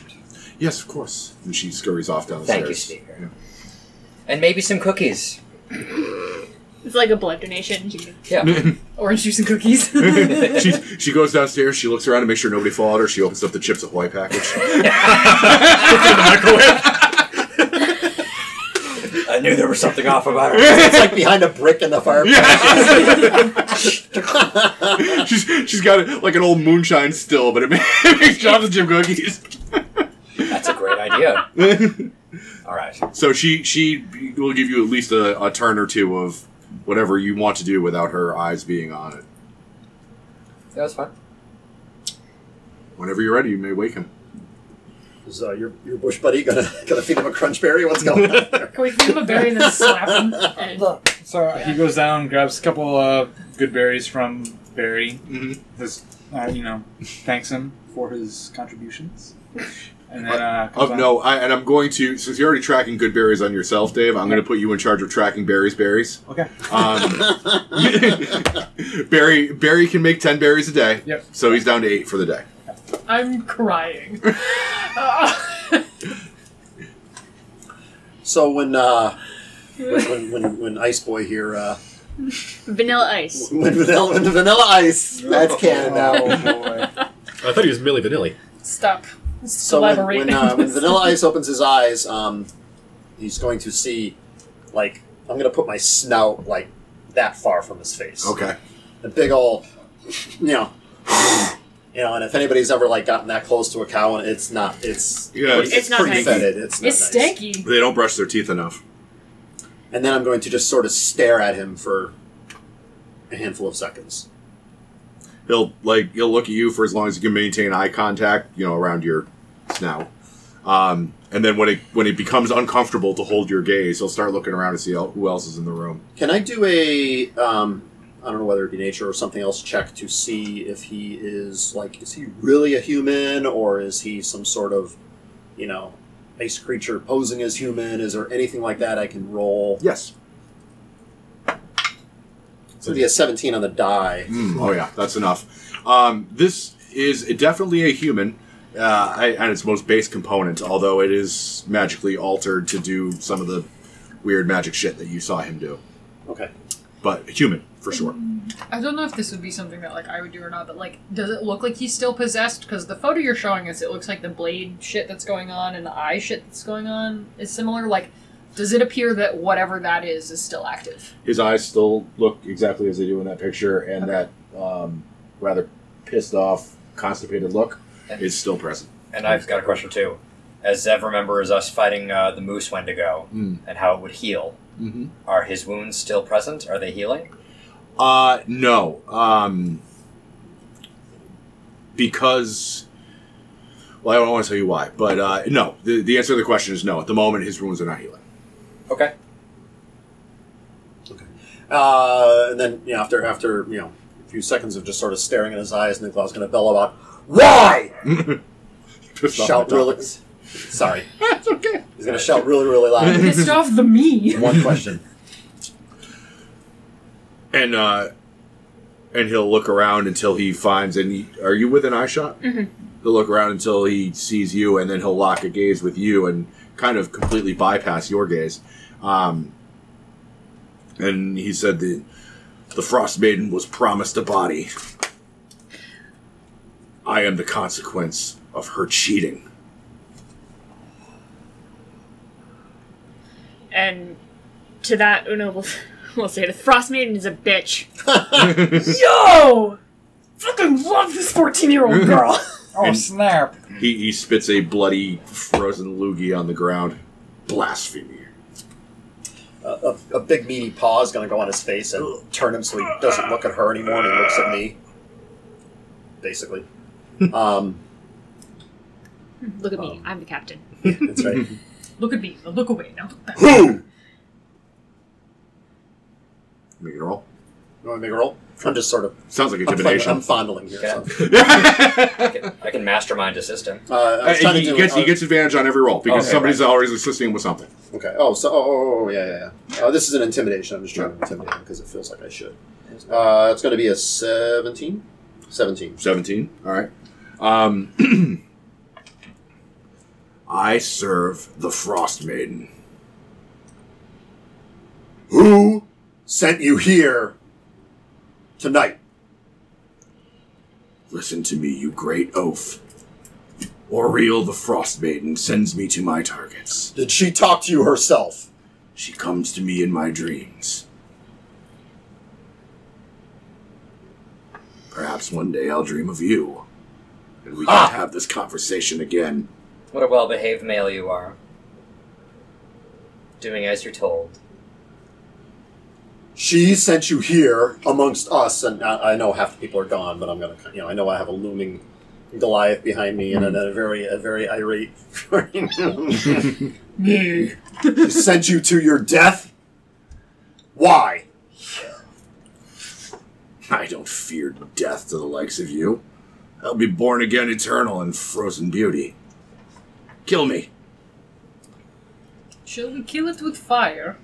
Speaker 2: Yes, of course. And she scurries off down the
Speaker 1: Thank you,
Speaker 2: stairs.
Speaker 1: Speaker. And maybe some cookies.
Speaker 3: It's like a blood donation.
Speaker 1: Yeah.
Speaker 5: Orange juice and cookies.
Speaker 2: she, she goes downstairs. She looks around to make sure nobody fall out her. She opens up the Chips Ahoy package.
Speaker 1: I knew there was something off about her.
Speaker 6: get. It's like behind a brick in the fireplace.
Speaker 2: she's she's got it like an old moonshine still, but it makes, it makes chocolate chip cookies.
Speaker 1: That's a great idea. All right.
Speaker 2: So she she will give you at least a, a turn or two of whatever you want to do without her eyes being on it.
Speaker 1: That was fun.
Speaker 2: Whenever you're ready, you may wake him.
Speaker 6: Is uh, your, your bush buddy gonna gonna feed him a crunch berry? What's going on? there?
Speaker 5: Can we feed him a berry and then slap him?
Speaker 9: Look. So, uh,
Speaker 7: He goes down, grabs a couple uh, good berries from Barry.
Speaker 2: Mhm.
Speaker 7: His, uh, you know, thanks him for his contributions. And then uh, comes
Speaker 2: Of
Speaker 7: on.
Speaker 2: no, I, and I'm going to since you're already tracking good berries on yourself, Dave. I'm going to put you in charge of tracking Barry's berries.
Speaker 7: Okay.
Speaker 2: Um, Barry Barry can make ten berries a day.
Speaker 7: Yep.
Speaker 2: So he's down to eight for the day.
Speaker 5: I'm crying.
Speaker 6: So when uh, when, when, when when Ice Boy here uh,
Speaker 3: Vanilla ice.
Speaker 6: when vanilla when Vanilla Ice that's canon now.
Speaker 7: Oh, boy.
Speaker 4: I thought he was Milli Vanilli.
Speaker 5: Stop.
Speaker 6: So when,
Speaker 5: elaborate.
Speaker 6: when, uh, when Vanilla Ice opens his eyes, um, he's going to see, like, I'm going to put my snout, like, that far from his face.
Speaker 2: Okay.
Speaker 6: The big old, you know. You know, and if anybody's ever like gotten that close to a cow, and it's not, it's
Speaker 2: Yeah,
Speaker 6: pretty-
Speaker 2: it's
Speaker 3: not
Speaker 6: pretty
Speaker 3: nice.
Speaker 6: fetid. It's not
Speaker 5: it's
Speaker 6: nice.
Speaker 5: stanky.
Speaker 2: They don't brush their teeth enough.
Speaker 6: And then I'm going to just sort of stare at him for a handful of seconds.
Speaker 2: he'll like he'll look at you for as long as you can maintain eye contact, you know, around your snout. Um, and then when it when it becomes uncomfortable to hold your gaze, he'll start looking around to see el- who else is in the room.
Speaker 6: Can I do a, um, I don't know whether it be nature or something else check to see if he is like, is he really a human or is he some sort of, you know, ice creature posing as human? Is there anything like that I can roll?
Speaker 2: Yes.
Speaker 6: So be a 17 on the die.
Speaker 2: Mm, oh yeah, that's enough. Um, this is definitely a human. Uh, I- at its most base component, although it is magically altered to do some of the weird magic shit that you saw him do.
Speaker 6: Okay.
Speaker 2: But human, for sure.
Speaker 5: I don't know if this would be something that like I would do or not, but like, does it look like he's still possessed? Because the photo you're showing us, it looks like the blade shit that's going on and the eye shit that's going on is similar. Like, does it appear that whatever that is is still active?
Speaker 2: his eyes still look exactly as they do in that picture, and that um, rather pissed off, constipated look is still present.
Speaker 1: And I've got a question too. As Zev remembers us fighting uh, the moose Wendigo
Speaker 2: Mm.
Speaker 1: and how it would heal,
Speaker 2: Mm-hmm.
Speaker 1: are his wounds still present? Are they healing?
Speaker 2: Uh, no. Um, because, well, I don't want to tell you why, but uh, no. The, the answer to the question is no. At the moment, his wounds are not healing.
Speaker 1: Okay.
Speaker 6: Uh, and then, you know, after, after, you know, a few seconds of just sort of staring in his eyes, Nikolai's going to bellow out, Why?
Speaker 2: Pissed off
Speaker 6: Shout
Speaker 2: my
Speaker 6: really.
Speaker 2: dog.
Speaker 6: Sorry. That's okay. He's going to shout really, really loud.
Speaker 5: Pissed off the me.
Speaker 6: One question.
Speaker 2: and uh, and he'll look around until he finds. And he, are you within eye shot? Mm-hmm. He'll look around until he sees you, and then he'll lock a gaze with you and kind of completely bypass your gaze. Um, and he said the the frost maiden was promised a body. I am the consequence of her cheating.
Speaker 3: And to that, Una will, will say, The Frost Maiden is a bitch.
Speaker 8: Yo! Fucking love this 14 year old girl.
Speaker 9: Oh, snap.
Speaker 2: He, he spits a bloody frozen loogie on the ground. Blasphemy.
Speaker 6: A, a, a big meaty paw is going to go on his face and turn him so he doesn't look at her anymore and he looks at me. Basically. Um,
Speaker 3: Look at me, I'm the captain.
Speaker 6: that's right.
Speaker 8: Look at me. Now look away. Now look back.
Speaker 6: Who?
Speaker 2: Make it roll.
Speaker 6: You want me to make a roll? I'm just sort of.
Speaker 2: Sounds like
Speaker 6: I'm, fond-
Speaker 2: intimidation.
Speaker 6: I'm fondling here. so.
Speaker 1: I can, I can mastermind a system.
Speaker 6: Uh, I
Speaker 2: Uh,
Speaker 6: was trying to
Speaker 2: he,
Speaker 6: do
Speaker 2: gets,
Speaker 6: it-
Speaker 2: he gets advantage on every roll because
Speaker 1: Okay,
Speaker 2: somebody's always assisting him with something.
Speaker 6: Okay. Oh, so oh, oh, oh, yeah, yeah, yeah. Uh, this is an intimidation. I'm just trying to intimidate him because it feels like I should. Uh, it's going to be a 17? 17.
Speaker 2: 17. All right. Um, I serve the Frost Maiden.
Speaker 6: Who sent you here tonight?
Speaker 2: Listen to me, you great oaf. Oriel the Frost Maiden sends me to my targets.
Speaker 6: Did she talk to you herself?
Speaker 2: She comes to me in my dreams. Perhaps one day I'll dream of you, and we can
Speaker 6: Ah!
Speaker 2: have this conversation again.
Speaker 1: What a well behaved male you are. Doing as you're told.
Speaker 6: She sent you here amongst us, and I, I know half the people are gone, but I'm going to, you know, I know I have a looming Goliath behind me and a, a very, a very irate. she sent you to your death. Why?
Speaker 2: I don't fear death to the likes of you. I'll be born again eternal in frozen beauty. Kill me.
Speaker 5: Shall we kill it with fire?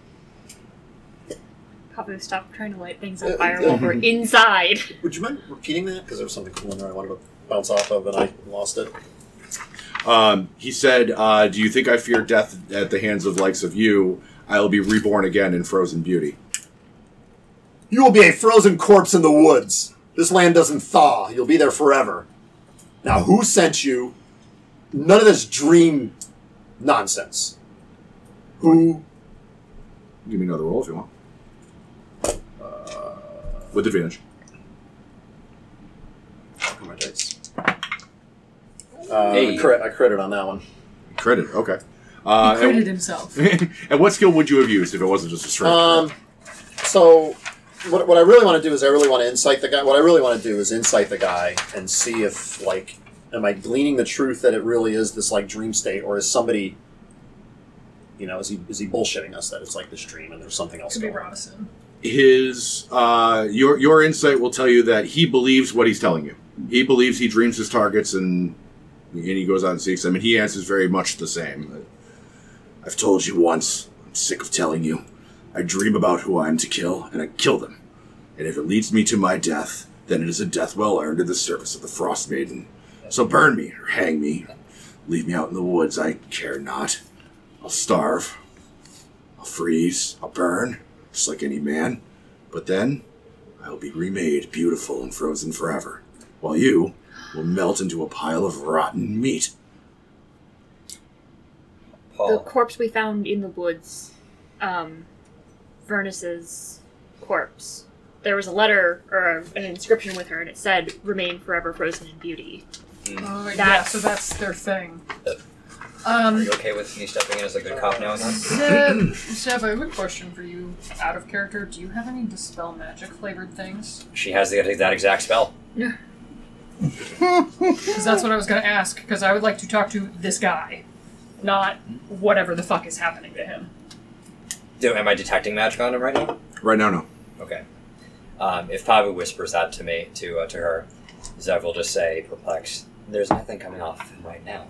Speaker 3: Probably stop trying to light things on fire while we're inside.
Speaker 6: Would you mind repeating that? Because there was something cool in there I wanted to bounce off of, and I lost it.
Speaker 2: Um, he said, uh, "Do you think I fear death at the hands of likes of you? I will be reborn again in frozen beauty."
Speaker 6: You will be a frozen corpse in the woods. This land doesn't thaw. Ah, You'll be there forever. Now, who sent you? None of this dream nonsense. Who?
Speaker 2: Give me another roll if you want. With advantage.
Speaker 6: Fuck are my dice. Uh,
Speaker 1: Hey.
Speaker 6: I, crit, I critted on that one.
Speaker 2: Credit. Okay. Uh,
Speaker 5: Credit himself.
Speaker 2: and, and what skill would you have used if it wasn't just a strength?
Speaker 6: Um, so what, what I really want to do is I really want to insight the guy. What I really want to do is insight the guy and see if like am I gleaning the truth that it really is this like dream state or is somebody you know is he is he bullshitting us that it's like this dream and there's something else
Speaker 5: Could be
Speaker 6: going on?
Speaker 5: Robinson.
Speaker 2: his uh, your your insight will tell you that he believes what he's telling you. He believes he dreams his targets, and and he goes out and seeks them. And he answers very much the same. I've told you once. I'm sick of telling you. I dream about who I'm to kill, and I kill them. And if it leads me to my death, then it is a death well earned in the service of the Frost Maiden. So burn me or hang me, leave me out in the woods. I care not. I'll starve. I'll freeze. I'll burn, just like any man. But then, I will be remade beautiful and frozen forever, while you will melt into a pile of rotten meat.
Speaker 3: The
Speaker 1: Paul,
Speaker 3: corpse we found in the woods, um, Vernus's corpse. There was a letter or a- an inscription with her, and it said, "Remain forever frozen in beauty."
Speaker 5: Oh, yeah,
Speaker 3: That's-
Speaker 5: so that's their thing.
Speaker 1: Yep. are
Speaker 5: Um,
Speaker 1: you okay with me stepping in as like a cop now and then?
Speaker 5: Seb, Seb, I have a question for you. Out of character, do you have any dispel magic flavored things?
Speaker 1: She has the, that exact spell.
Speaker 5: Because that's what I was going to ask. Because I would like to talk to this guy, not whatever the fuck is happening to him.
Speaker 1: Do, am I detecting magic on him right now?
Speaker 2: Right now, no.
Speaker 1: Okay. Um, if Pavu whispers that to me, to uh, to her, Zev will just say, perplexed, "There's nothing coming off of him right now.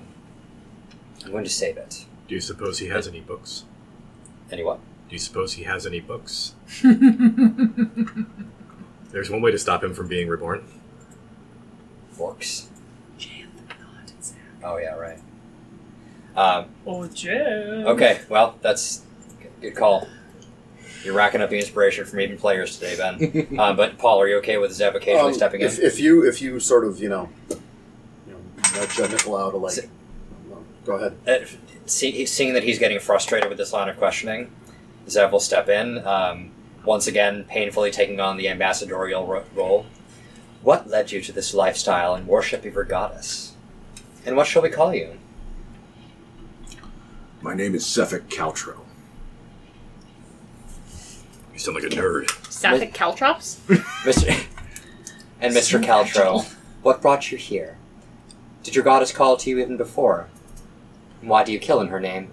Speaker 1: I'm going to save it."
Speaker 4: Do you suppose he has any books?
Speaker 1: Anyone?
Speaker 4: Do you suppose he has any books? There's one way to stop him from being reborn.
Speaker 1: Books? Oh yeah, right. Um,
Speaker 8: Oh, Jim.
Speaker 1: okay. Well, that's g- good call. You're racking up the inspiration from even players today, Ben. uh, but Paul, are you okay with Zev occasionally
Speaker 6: Um,
Speaker 1: stepping in?
Speaker 6: if, if you if you sort of you know, you know nudge uh, Nicolau to like,
Speaker 1: Sit.
Speaker 6: well, go ahead.
Speaker 1: Uh, see, seeing that he's getting frustrated with this line of questioning, Zev will step in, um, once again painfully taking on the ambassadorial ro- role. What led you to this lifestyle and worship of your goddess? And what shall we call you?
Speaker 2: My name is Sefik Caltro.
Speaker 4: You sound like a nerd.
Speaker 3: Sapphic caltrops?
Speaker 1: Mr. and Mr. Caltro, what brought you here? Did your goddess call to you even before? And why do you kill in her name?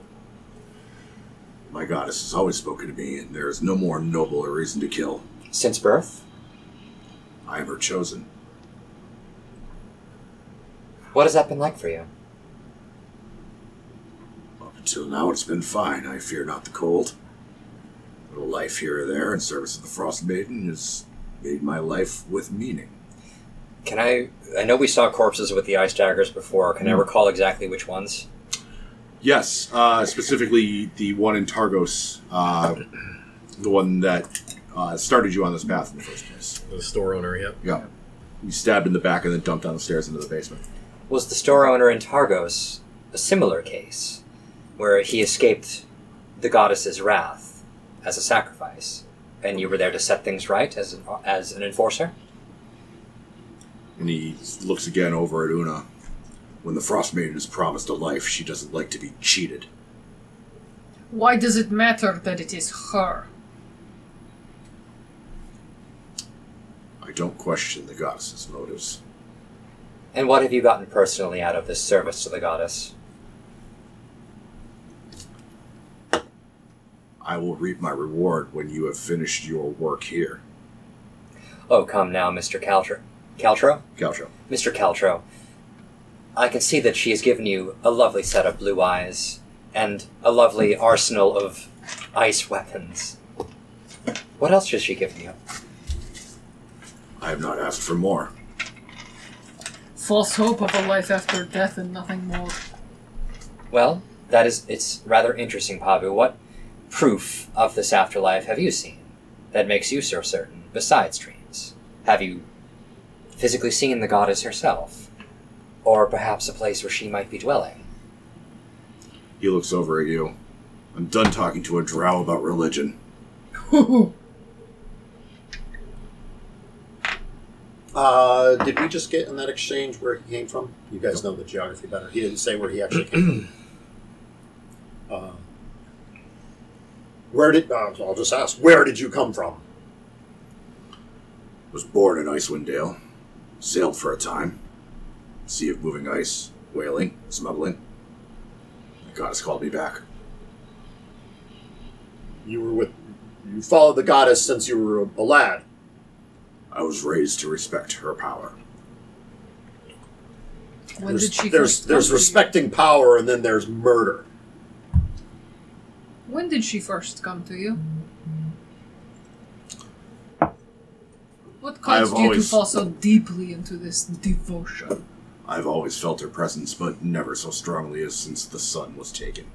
Speaker 2: My goddess has always spoken to me, and there is no more noble a reason to kill.
Speaker 1: Since birth?
Speaker 2: I am her chosen.
Speaker 1: What has that been like for you?
Speaker 2: Up until now, it's been fine. I fear not the cold. A little life here or there in service of the Frost Maiden has made my life with meaning.
Speaker 1: Can I? I know we saw corpses with the ice daggers before. Can I recall exactly which ones?
Speaker 2: Yes, uh, specifically the one in Targos, uh, the one that uh, started you on this path in the first place.
Speaker 4: The store owner, yep.
Speaker 2: Yeah. You stabbed in the back and then dumped down the stairs into the basement.
Speaker 1: Was the store owner in Targos a similar case, where he escaped the goddess's wrath as a sacrifice, and you were there to set things right as an, as an enforcer?
Speaker 2: And he looks again over at Una. When the Frost Maiden is promised a life, she doesn't like to be cheated.
Speaker 5: Why does it matter that it is her?
Speaker 2: I don't question the goddess's motives.
Speaker 1: And what have you gotten personally out of this service to the goddess?
Speaker 2: I will reap my reward when you have finished your work here.
Speaker 1: Oh, come now, Mr. Caltro. Caltro?
Speaker 2: Gaucho.
Speaker 1: Mr. Caltro, I can see that she has given you a lovely set of blue eyes and a lovely arsenal of ice weapons. What else has she given you?
Speaker 2: I have not asked for more.
Speaker 5: False hope of a life after death and nothing more.
Speaker 1: Well, that is it's rather interesting, Pavu. What proof of this afterlife have you seen that makes you so certain, besides dreams? Have you physically seen the goddess herself? Or perhaps a place where she might be dwelling?
Speaker 2: He looks over at you. I'm done talking to a drow about religion.
Speaker 6: Uh, did we just get in that exchange where he came from? You guys know the geography better. He didn't say where he actually came from. Uh, where did? Uh, I'll just ask. Where did you come from?
Speaker 2: Was born in Icewind Dale. Sailed for a time. Sea of moving ice, whaling, smuggling. The goddess called me back.
Speaker 6: You were with. You followed the goddess since you were a lad.
Speaker 2: I was raised to respect her power.
Speaker 5: When
Speaker 6: there's
Speaker 5: did she
Speaker 6: there's,
Speaker 5: first
Speaker 6: there's
Speaker 5: come to you?
Speaker 6: respecting power, and then there's murder.
Speaker 5: When did she first come to you? What
Speaker 2: I have
Speaker 5: caused you
Speaker 2: always-
Speaker 5: to fall so deeply into this devotion?
Speaker 2: I've always felt her presence, but never so strongly as since the sun was taken.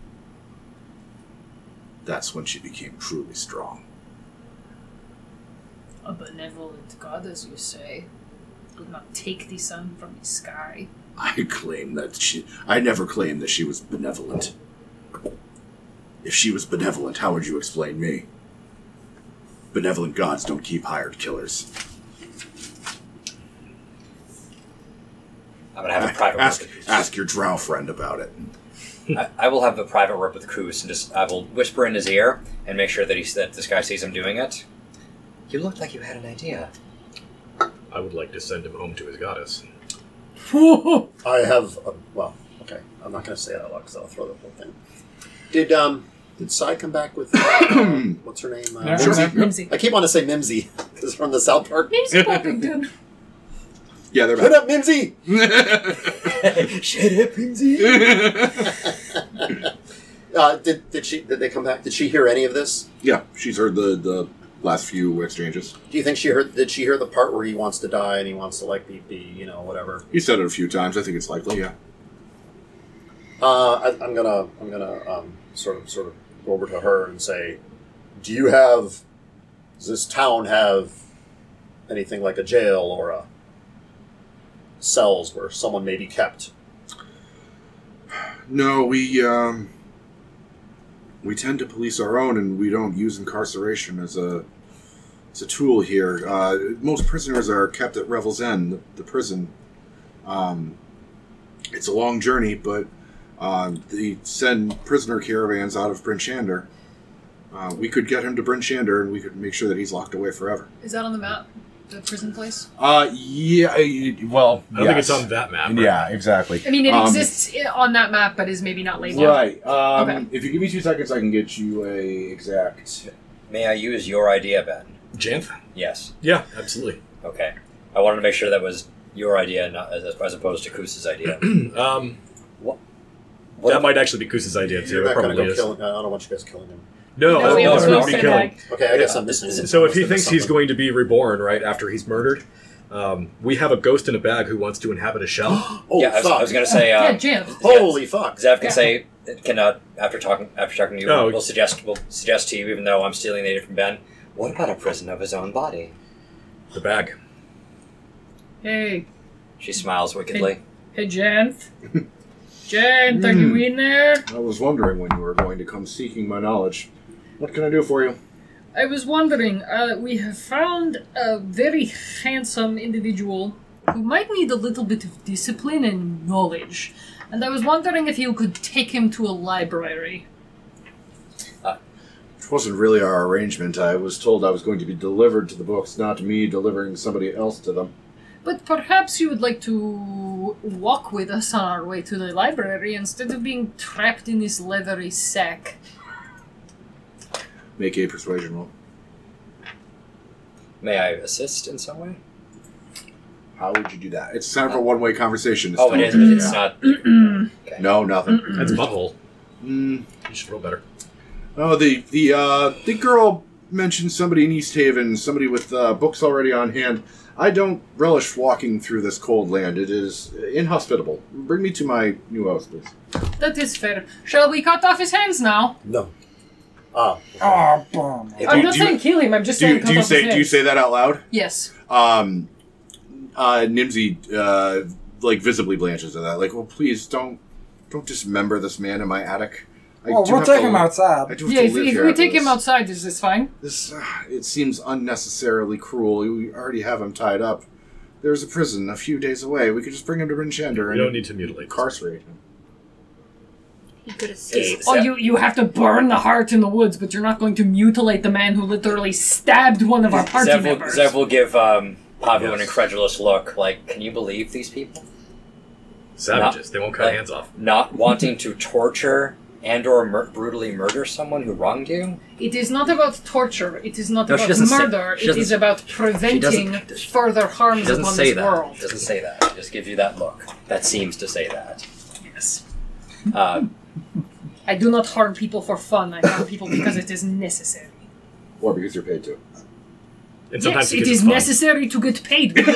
Speaker 2: That's when she became truly strong.
Speaker 5: A benevolent god, as you say, would not take the sun from the sky.
Speaker 2: I claim that she. I never claimed that she was benevolent. If she was benevolent, how would you explain me? Benevolent gods don't keep hired killers.
Speaker 1: I'm gonna have a private
Speaker 2: ask,
Speaker 1: word with-
Speaker 2: ask your drow friend about it.
Speaker 1: I, I will have a private word with Cruz and just I will whisper in his ear and make sure that he that this guy sees him doing it. You looked like you had an idea.
Speaker 4: I would like to send him home to his goddess.
Speaker 6: I have. A, well, okay. I'm not going to say it out loud because I'll throw the whole thing. Did um did Sai come back with uh, what's her name? Uh,
Speaker 7: Yeah,
Speaker 6: Mimsy?
Speaker 7: sure.
Speaker 5: Mimsy.
Speaker 6: I keep wanting to say Mimsy because from the South Park.
Speaker 5: Mimsy Poppington.
Speaker 2: Yeah, they're
Speaker 6: Put up, Mimsy.
Speaker 1: Shut up, Lindsay.
Speaker 6: Uh, did did she did they come back? Did she hear any of this?
Speaker 2: yeah, she's heard the, the last few exchanges.
Speaker 6: Do you think she heard? Did she hear the part where he wants to die and he wants to like be, be you know whatever?
Speaker 2: He said it a few times. I think it's likely. Yeah.
Speaker 6: Uh, I, I'm gonna I'm gonna um, sort of sort of go over to her and say, do you have? Does this town have anything like a jail or a cells where someone may be kept?
Speaker 2: No, we um, we tend to police our own, and we don't use incarceration as a as a tool here. Uh, most prisoners are kept at Revel's End, the, the prison. Um, it's a long journey, but uh, they send prisoner caravans out of Bryn Shander. Uh, we could get him to Bryn Shander, and we could make sure that he's locked away forever.
Speaker 5: Is that on the map? The prison place?
Speaker 2: Uh, yeah. I- Well,
Speaker 4: I don't think it's on that map. right?
Speaker 2: Yeah, exactly.
Speaker 5: I mean, it
Speaker 2: Um,
Speaker 5: exists i- on that map, but is maybe not labeled.
Speaker 2: Right. Um,
Speaker 5: Okay.
Speaker 2: If you give me two seconds, I can get you a exact.
Speaker 1: May I use your idea, Ben?
Speaker 4: Janth?
Speaker 1: Yes.
Speaker 4: Yeah, absolutely.
Speaker 1: Okay. I wanted to make sure that was your idea, not as, as opposed to Koos's idea.
Speaker 4: Um,
Speaker 1: What-
Speaker 4: that might actually be Koos's idea too.
Speaker 6: You're
Speaker 4: It
Speaker 6: not going
Speaker 4: probably
Speaker 6: to go
Speaker 4: is.
Speaker 6: killing. I don't want you guys killing him.
Speaker 4: No,
Speaker 1: No, we
Speaker 4: no,
Speaker 1: have
Speaker 4: no,
Speaker 1: to
Speaker 4: be
Speaker 1: say
Speaker 4: killing.
Speaker 6: Okay, I guess
Speaker 1: Yeah,
Speaker 6: I'm
Speaker 1: this
Speaker 6: missing.
Speaker 1: is-
Speaker 4: So if
Speaker 6: must
Speaker 4: he
Speaker 6: have missed
Speaker 4: thinks he's
Speaker 6: something.
Speaker 4: going to be reborn right after he's murdered, um, we have a ghost in a bag who wants to inhabit a shell.
Speaker 6: oh
Speaker 1: yeah, I was,
Speaker 6: fuck.
Speaker 1: I was gonna say.
Speaker 5: yeah,
Speaker 1: Uh,
Speaker 5: Janth.
Speaker 6: holy fuck,
Speaker 1: Zav can say can uh, after talking after talking to you,
Speaker 4: Oh.
Speaker 1: we'll suggest we'll suggest to you, even though I'm stealing the idea from Ben. What about a prison of his own body?
Speaker 4: The bag.
Speaker 8: Hey,
Speaker 1: She smiles wickedly.
Speaker 8: hey, Janth. Janth, are you in there?
Speaker 2: I was wondering when you were going to come seeking my knowledge. What can I do for you?
Speaker 8: I was wondering, uh, we have found a very handsome individual
Speaker 5: who might need a little bit of discipline and knowledge. And I was wondering if you could take him to a library.
Speaker 2: It wasn't really our arrangement. I was told I was going to be delivered to the books, not me delivering somebody else to them.
Speaker 5: But perhaps you would like to walk with us on our way to the library instead of being trapped in this leathery sack.
Speaker 2: Make a persuasion roll.
Speaker 1: May I assist in some way?
Speaker 2: How would you do that? It's time for a one-way conversation. this
Speaker 1: Oh, it
Speaker 2: time.
Speaker 1: is. But it's not.
Speaker 2: No, nothing.
Speaker 4: That's butthole.
Speaker 2: Mm.
Speaker 4: You should roll better.
Speaker 2: Oh, the the uh, the girl mentioned somebody in East Haven, somebody with uh, books already on hand. I don't relish walking through this cold land. It is inhospitable. Bring me to my new house, please.
Speaker 5: That is fair. Shall we cut off his hands now?
Speaker 6: No. Ah,
Speaker 9: Oh, bum.
Speaker 5: I'm
Speaker 2: you-
Speaker 5: not
Speaker 2: do you-
Speaker 5: saying kill him, I'm just
Speaker 2: Do
Speaker 5: saying
Speaker 2: you,
Speaker 5: cut
Speaker 2: do you
Speaker 5: off his
Speaker 2: say do you
Speaker 5: hands.
Speaker 2: say that out loud?
Speaker 5: yes.
Speaker 2: Um, uh, Nimsy uh, like visibly blanches at that. Like, well, please don't don't dismember this man in my attic. I
Speaker 9: Well,
Speaker 2: do
Speaker 9: Oh, we'll
Speaker 2: have to
Speaker 9: take him
Speaker 2: li-
Speaker 9: outside.
Speaker 2: I do have
Speaker 5: Yeah,
Speaker 2: to
Speaker 5: if,
Speaker 2: live
Speaker 5: if
Speaker 2: here
Speaker 5: we
Speaker 2: after
Speaker 5: take him
Speaker 2: this.
Speaker 5: outside, is this fine?
Speaker 2: This uh, it seems unnecessarily cruel. We already have him tied up. There's a prison a few days away. We could just bring him to Bryn Shander
Speaker 4: You
Speaker 2: and
Speaker 4: don't need to mutilate.
Speaker 2: incarcerate him.
Speaker 3: He could escape.
Speaker 5: Oh,
Speaker 1: Zav-
Speaker 5: you, you have to burn the heart in the woods, but you're not going to mutilate the man who literally stabbed one of our party
Speaker 1: Zev will,
Speaker 5: members.
Speaker 1: Zev will give um, Pavu an
Speaker 4: Yes.
Speaker 1: incredulous look, like, "Can you believe these people?"
Speaker 4: Savages. They won't cut
Speaker 1: Like-
Speaker 4: hands off.
Speaker 1: Not wanting to torture and/or mur- brutally murder someone who wronged you.
Speaker 5: It is not about torture. It is not
Speaker 1: No, she
Speaker 5: about
Speaker 1: doesn't say-
Speaker 5: murder.
Speaker 1: she
Speaker 5: it
Speaker 1: doesn't-
Speaker 5: is about preventing
Speaker 1: doesn't- she-
Speaker 5: further
Speaker 1: She
Speaker 5: harms
Speaker 1: doesn't
Speaker 5: upon
Speaker 1: say
Speaker 5: this
Speaker 1: that.
Speaker 5: world.
Speaker 1: Doesn't say that. It Just gives you that look. That seems to say that.
Speaker 5: Yes.
Speaker 1: Uh,
Speaker 5: I do not harm people for fun. I harm people because it is necessary.
Speaker 2: Or because you're paid to.
Speaker 4: And
Speaker 5: yes,
Speaker 4: sometimes
Speaker 5: it
Speaker 4: gives
Speaker 5: is
Speaker 4: us fun.
Speaker 5: necessary to get paid. We live-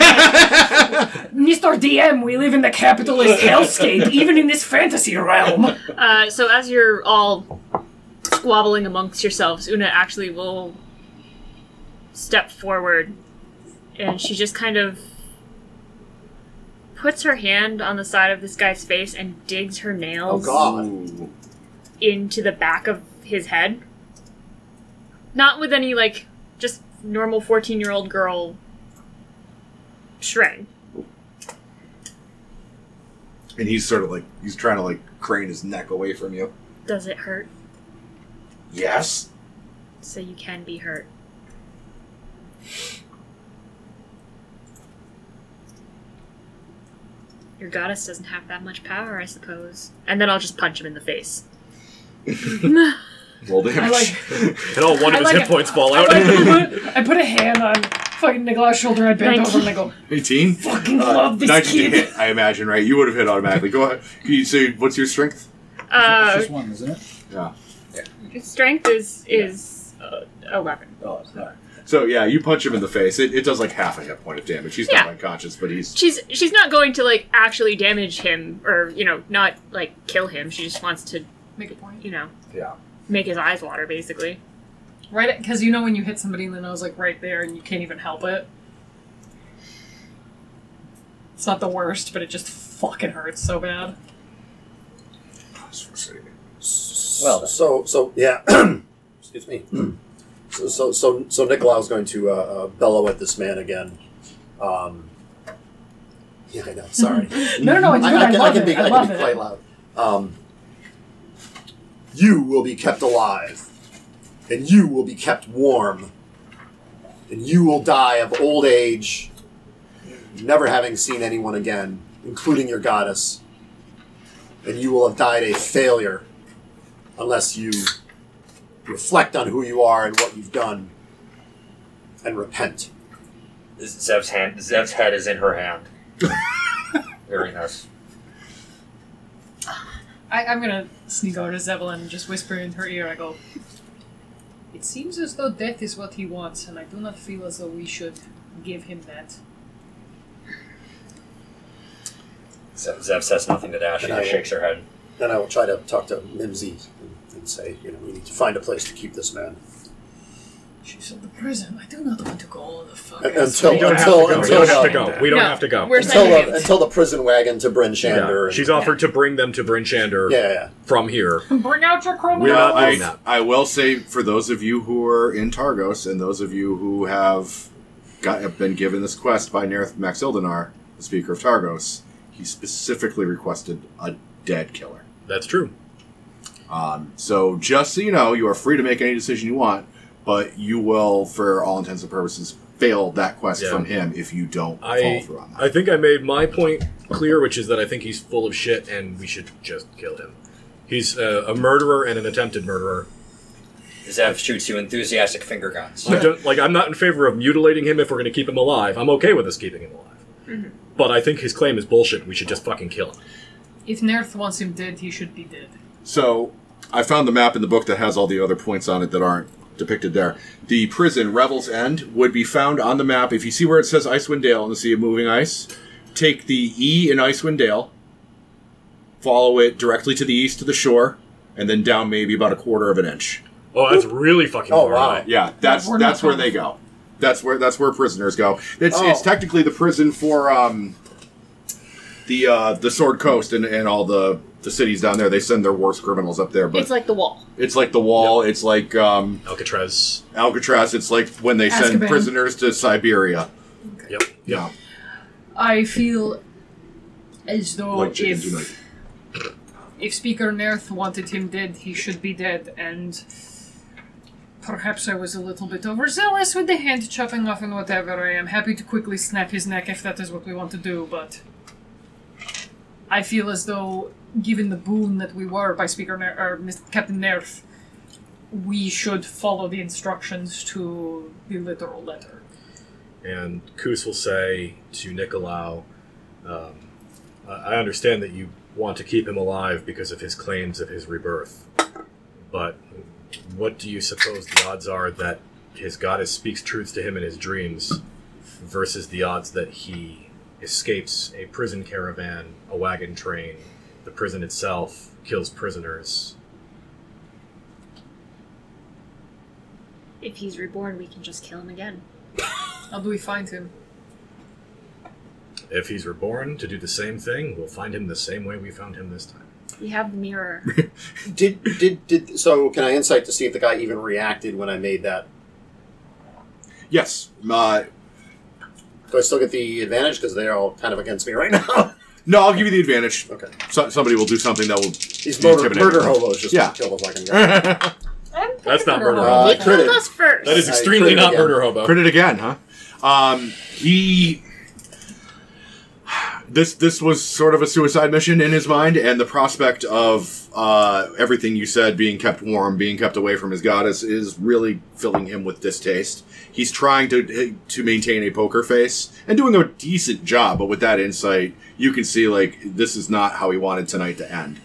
Speaker 5: Mr. DM, we live in the capitalist hellscape, even in this fantasy
Speaker 4: Oh.
Speaker 5: realm.
Speaker 3: Uh, so as you're all squabbling amongst yourselves, Una actually will step forward, and she just kind of puts her hand on the side of this guy's face and digs her
Speaker 6: oh
Speaker 3: nails
Speaker 6: god.
Speaker 3: into the back of his head. Not with any like just normal fourteen-year-old girl shred.
Speaker 2: And he's sort of like he's trying to like crane his neck away from you.
Speaker 3: Does it hurt?
Speaker 2: Yes.
Speaker 3: So you can be hurt. Your goddess doesn't have that much power, I suppose. And then I'll just punch him in the face.
Speaker 2: Roll damage.
Speaker 5: I like.
Speaker 4: And all one
Speaker 5: I
Speaker 4: of his
Speaker 5: like
Speaker 4: hit
Speaker 5: it.
Speaker 4: points fall out.
Speaker 5: I put, I put a hand on fucking Nicolaus' shoulder. I bent
Speaker 3: Thank
Speaker 5: over
Speaker 3: you.
Speaker 5: and I go,
Speaker 2: Eighteen.
Speaker 5: "Fucking love this kid."
Speaker 2: hit. I imagine, right? You would have hit automatically. Go ahead. Can you say what's your strength?
Speaker 7: It's
Speaker 3: Uh,
Speaker 7: just one, isn't it?
Speaker 2: Yeah.
Speaker 3: strength is is uh, eleven.
Speaker 2: Oh, sorry. So yeah, you punch him in the face. It, it does like half a hit point of damage. He's not
Speaker 3: Yeah.
Speaker 2: unconscious, but he's
Speaker 3: She's she's not going to like actually damage him or you know not like kill him. She just wants to
Speaker 5: Make a point.
Speaker 3: you know
Speaker 2: yeah.
Speaker 3: make his eyes water basically.
Speaker 5: Right, because you know when you hit somebody and the nose, like right there, and you can't even help it. It's not the worst, but it just fucking hurts so bad.
Speaker 1: Well-
Speaker 6: so so yeah. Excuse me. So so so, so Nikolai's going to uh, uh, bellow at this man again. Um, yeah, I know. Sorry.
Speaker 5: No, no, no, it's
Speaker 6: I,
Speaker 5: good.
Speaker 6: I
Speaker 5: I,
Speaker 6: can, I
Speaker 5: love
Speaker 6: can
Speaker 5: it.
Speaker 6: be,
Speaker 5: I
Speaker 6: I
Speaker 5: love
Speaker 6: can be
Speaker 5: it.
Speaker 6: quite loud. Um, you will be kept alive, and you will be kept warm, and you will die of old age, never having seen anyone again, including your goddess, and you will have died a failure unless you reflect on who you are and what you've done and repent.
Speaker 1: Zev's hand, Zev's head is in her hand. Very nice.
Speaker 5: I, I'm gonna sneak over to Zevelin and just whisper in her ear. I go. It seems as though death is what he wants, and I do not feel as though we should give him that.
Speaker 1: Zev, Zev says nothing to Dash. She
Speaker 6: And I
Speaker 1: just
Speaker 6: will-
Speaker 1: shakes her head.
Speaker 6: Then I will try to talk to Mimsy and, and say, you know, we need to find a place to keep this man.
Speaker 5: She said the prison. I do not want to go the fuck.
Speaker 6: Un- Uh, until
Speaker 4: We don't have to
Speaker 6: until
Speaker 4: go. We
Speaker 6: until,
Speaker 4: don't have to go. We don't
Speaker 3: No,
Speaker 4: have to go.
Speaker 3: we're
Speaker 6: until,
Speaker 3: sending
Speaker 6: the,
Speaker 3: him.
Speaker 6: until the prison wagon to Bryn Shander.
Speaker 4: Yeah. She's offered to bring them to Bryn Shander
Speaker 6: Yeah, yeah, yeah.
Speaker 4: from here.
Speaker 5: Bring out your criminal.
Speaker 4: We're
Speaker 2: Well,
Speaker 4: not doing
Speaker 2: I,
Speaker 4: that.
Speaker 2: I will say for those of you who are in Targos and those of you who have got have been given this quest by Nerith Max Ildinar, the Speaker of Targos, he specifically requested a dead killer.
Speaker 4: That's true.
Speaker 2: Um, so just so you know, you are free to make any decision you want, but you will, for all intents and purposes, fail that quest
Speaker 4: Yeah.
Speaker 2: from him if you don't follow
Speaker 4: I
Speaker 2: through on that.
Speaker 4: I think I made my point clear, which is that I think he's full of shit and we should just kill him. He's uh, a murderer and an attempted murderer.
Speaker 1: Zev shoots you enthusiastic finger guns.
Speaker 4: I don't like. I'm not in favor of mutilating him if we're going to keep him alive. I'm okay with us keeping him alive.
Speaker 6: Mm-hmm.
Speaker 4: But I think his claim is bullshit. We should just fucking kill him.
Speaker 5: If Nerth wants him dead, he should be dead.
Speaker 2: So I found the map in the book that has all the other points on it that aren't depicted there. The prison, Revel's End, would be found on the map. If you see where it says Icewind Dale in the Sea of Moving Ice, take the E in Icewind Dale, follow it directly to the east to the shore, and then down maybe about a quarter of an inch.
Speaker 4: Oh, that's really fucking.
Speaker 6: Oh,
Speaker 4: far
Speaker 6: wow.
Speaker 4: away.
Speaker 2: Yeah, that's
Speaker 5: We're not
Speaker 2: that's where they go. That's where that's where prisoners go. It's it's
Speaker 6: Oh.
Speaker 2: technically the prison for um the uh, the Sword Coast and, and all the the cities down there. They send their worst criminals up there, but
Speaker 3: It's like the wall.
Speaker 2: it's like the wall. It's like um,
Speaker 4: Alcatraz.
Speaker 2: Alcatraz. It's like when they send
Speaker 5: Azkaban.
Speaker 2: prisoners to Siberia.
Speaker 4: Yep. Yep.
Speaker 2: Yeah,
Speaker 5: I feel as though
Speaker 2: like chicken
Speaker 5: if
Speaker 2: tonight.
Speaker 5: if Speaker Nerth wanted him dead, he should be dead, and perhaps I was a little bit overzealous with the hand chopping off and whatever. I am happy to quickly snap his neck if that is what we want to do, but I feel as though, given the boon that we were by Speaker Ner- or Mr. Captain Nerth, we should follow the instructions to the literal letter.
Speaker 4: And Kus will say to Nicolau, um, I I understand that you want to keep him alive because of his claims of his rebirth. But what do you suppose the odds are that his goddess speaks truth to him in his dreams versus the odds that he escapes a prison caravan, a wagon train, the prison itself, kills prisoners?
Speaker 10: If he's reborn, we can just kill him again.
Speaker 5: How do we find him?
Speaker 4: If he's reborn to do the same thing, we'll find him the same way we found him this time.
Speaker 10: We have the mirror.
Speaker 6: Did did did so? Can I insight to see if the guy even reacted when I made that?
Speaker 2: Yes. Uh,
Speaker 6: Do I still get the advantage because they're all kind of against me right now?
Speaker 2: no, I'll give you the advantage.
Speaker 6: okay,
Speaker 2: So, somebody will do something that will.
Speaker 6: these murder,
Speaker 2: Intimidate.
Speaker 6: murder hobos just
Speaker 2: Yeah.
Speaker 6: kill the fucking guy.
Speaker 4: That's not murder
Speaker 6: Uh,
Speaker 10: they
Speaker 6: I crit
Speaker 10: killed
Speaker 6: it.
Speaker 10: us first.
Speaker 4: That is
Speaker 6: I
Speaker 4: extremely
Speaker 6: crit it
Speaker 4: not
Speaker 6: again.
Speaker 4: murder hobo.
Speaker 2: Print it again, huh? Um, he. This this was sort of a suicide mission in his mind, and the prospect of uh, everything you said being kept warm, being kept away from his goddess, is really filling him with distaste. He's trying to eh, to maintain a poker face and doing a decent job, but with that insight, you can see like this is not how he wanted tonight to end.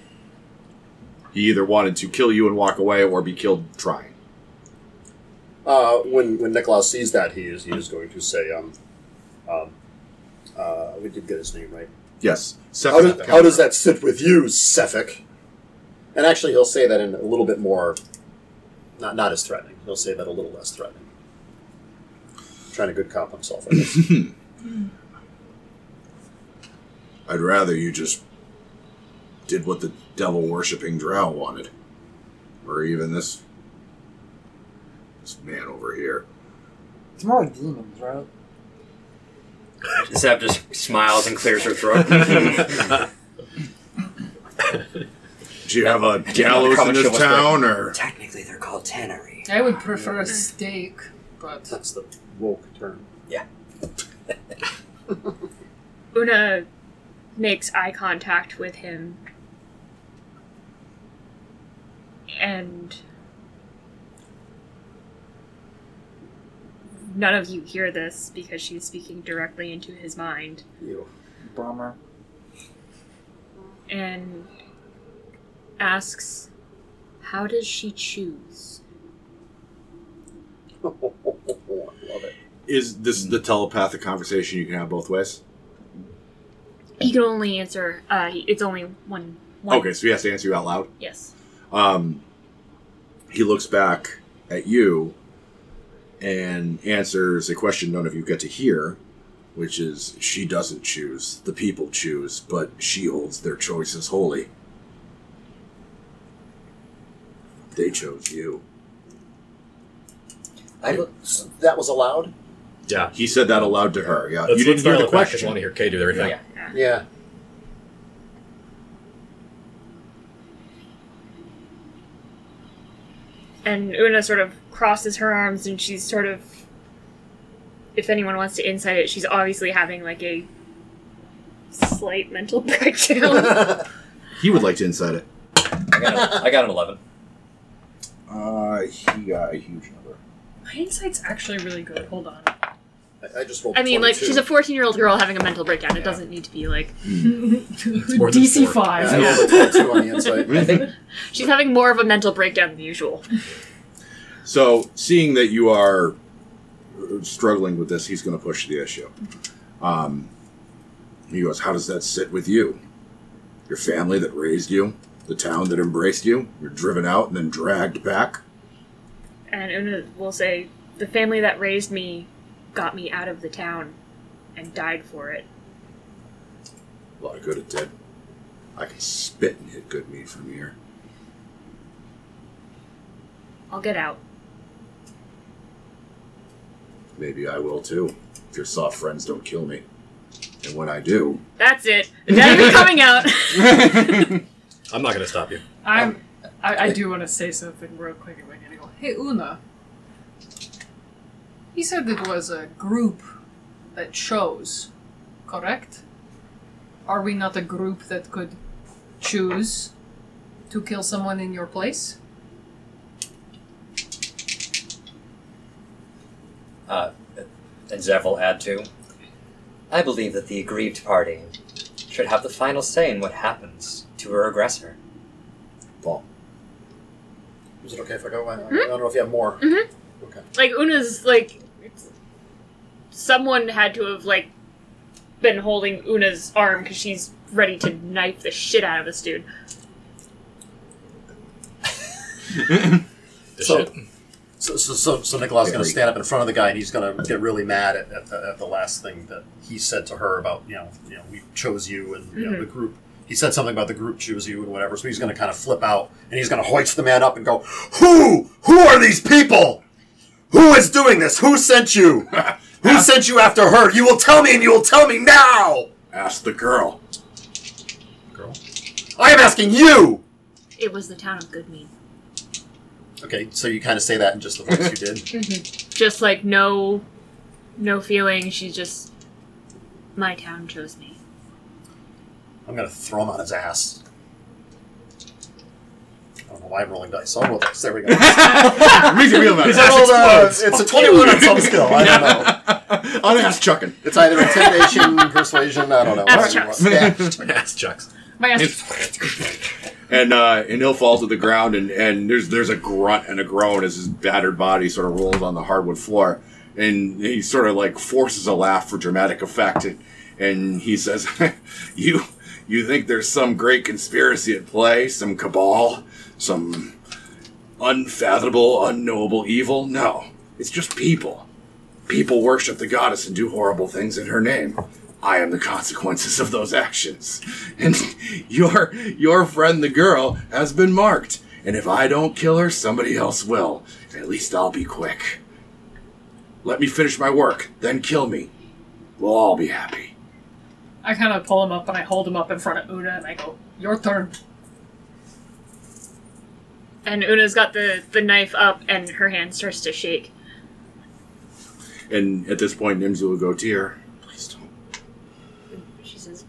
Speaker 2: He either wanted to kill you and walk away, or be killed trying.
Speaker 6: Uh, when when Nicholas sees that, he is he is going to say, um, um, uh, we did get his name right.
Speaker 2: Yes.
Speaker 6: How
Speaker 2: Sephir's
Speaker 6: does, how does that sit with you, Sefik? And actually, he'll say that in a little bit more Not not as threatening. He'll say that a little less threatening. Trying to good cop himself. I guess.
Speaker 11: I'd rather you just did what the devil worshipping drow wanted. Or even this this man over here.
Speaker 9: It's more like demons, right?
Speaker 1: Zev just smiles and clears her throat. Another
Speaker 11: Do you have a gallows in
Speaker 1: comment show
Speaker 11: this
Speaker 1: was
Speaker 11: town
Speaker 1: like,
Speaker 11: or
Speaker 1: Technically, they're called tannery.
Speaker 5: I would prefer a steak, but
Speaker 6: That's the woke term.
Speaker 3: Una makes eye contact with him and none of you hear this because she's speaking directly into his mind
Speaker 6: You.
Speaker 9: Bomber.
Speaker 3: and asks how does she choose
Speaker 6: I love it.
Speaker 2: Is this the telepathic conversation you can have both ways?
Speaker 3: he can only answer uh, it's only one, one
Speaker 2: Okay, so he has to answer you out loud.
Speaker 3: yes
Speaker 2: Um, he looks back at you and answers a question none of you get to hear, which is she doesn't choose, the people choose, but she holds their choices holy. They chose you.
Speaker 1: I,
Speaker 6: So that was allowed.
Speaker 4: Yeah.
Speaker 2: He said that aloud to her. Yeah,
Speaker 4: Let's,
Speaker 2: Uh, you didn't
Speaker 4: let's
Speaker 2: hear
Speaker 4: dial
Speaker 2: the
Speaker 4: it back 'cause I
Speaker 2: question.
Speaker 4: want to hear Kay do everything.
Speaker 1: Yeah.
Speaker 6: Yeah.
Speaker 3: And Una sort of crosses her arms and she's sort of if anyone wants to insight it, she's obviously having like a slight mental breakdown.
Speaker 2: He would like to inside it.
Speaker 1: I, got an, I got an 11.
Speaker 11: Uh he got a huge number.
Speaker 5: my insight's actually really good. Hold on.
Speaker 6: I, I just rolled.
Speaker 3: I mean, like
Speaker 6: 22.
Speaker 3: she's a fourteen-year-old girl having a mental breakdown. It doesn't need to be like
Speaker 4: more than
Speaker 5: DC
Speaker 6: Yeah,
Speaker 5: five.
Speaker 6: I rolled a 22 on the inside.
Speaker 1: I think
Speaker 3: she's having more of a mental breakdown than usual.
Speaker 2: So, seeing that you are struggling with this, he's going to push the issue. Um, he goes, How does that sit with you? Your family that raised you, the town that embraced you, you're driven out and then dragged back.
Speaker 3: And Una will say, "The family that raised me got me out of the town and died for it."
Speaker 2: A lot of good it did. I can spit and hit good meat from here.
Speaker 3: I'll get out.
Speaker 2: Maybe I will too, if your soft friends don't kill me. And when I do,
Speaker 3: That's it. Now you're coming out.
Speaker 4: I'm not going to stop you.
Speaker 5: I'm. I, I do want to say something real quick about Inigo. Hey, Una. He said it was a group that chose, correct? Are we not a group that could choose to kill someone in your place?
Speaker 1: Uh, and Zev will add to. I believe that the aggrieved party should have the final say in what happens to her aggressor.
Speaker 6: Is it okay if I go? I,
Speaker 3: Hmm?
Speaker 6: I don't know if you have more.
Speaker 3: Mm-hmm. like Una's like someone had to have like been holding Una's arm because she's ready to knife the shit out of this dude.
Speaker 4: This
Speaker 6: So-
Speaker 4: shit.
Speaker 6: So, so, so, so Nicolas is going to
Speaker 2: Agree.
Speaker 6: stand up in front of the guy, and he's going to get really mad at, at, the, at the last thing that he said to her about, you know, you know, we chose you and you know, the group. He said something about the group chose you and whatever. So he's going to kind of flip out, and he's going to hoist the man up and go, "Who? Who are these people? Who is doing this? Who sent you? Who sent you after her? You will tell me, and you will tell me now.
Speaker 11: Ask the girl.
Speaker 6: I am asking you."
Speaker 3: It was the town of Goodmead.
Speaker 6: Okay, so you kind of say that in just the voice you did.
Speaker 3: Just like no, no feeling. She's just my town chose me.
Speaker 6: I'm going to throw him on his ass. I don't know why I'm rolling dice. So I'll roll dice. There we go.
Speaker 2: Makes it feel better.
Speaker 6: I rolled a- it's a 21 on some skill. I don't know.
Speaker 2: I'll ask chucking.
Speaker 6: It's either intimidation, persuasion, I don't know.
Speaker 3: That's
Speaker 6: Whatever you
Speaker 3: chucks.
Speaker 6: want. Yeah.
Speaker 4: Ass chucks.
Speaker 5: My ass
Speaker 2: and uh, and he'll fall to the ground, and, and there's there's a grunt and a groan as his battered body sort of rolls on the hardwood floor, and he sort of like forces a laugh for dramatic effect, and, and he says, "You you think there's some great conspiracy at play, some cabal, some unfathomable, unknowable evil. No, it's just people. People worship the goddess and do horrible things in her name. I am the consequences of those actions. And your your friend the girl has been marked. And if I don't kill her, somebody else will. At least I'll be quick. Let me finish my work, then kill me. We'll all be happy.
Speaker 5: I kind of pull him up and I hold him up in front of Una and I go, "Your turn."
Speaker 3: And Una's got the, the knife up and her hand starts to shake.
Speaker 2: And at this point, Nimzu will go, Dear, please don't.
Speaker 3: She says,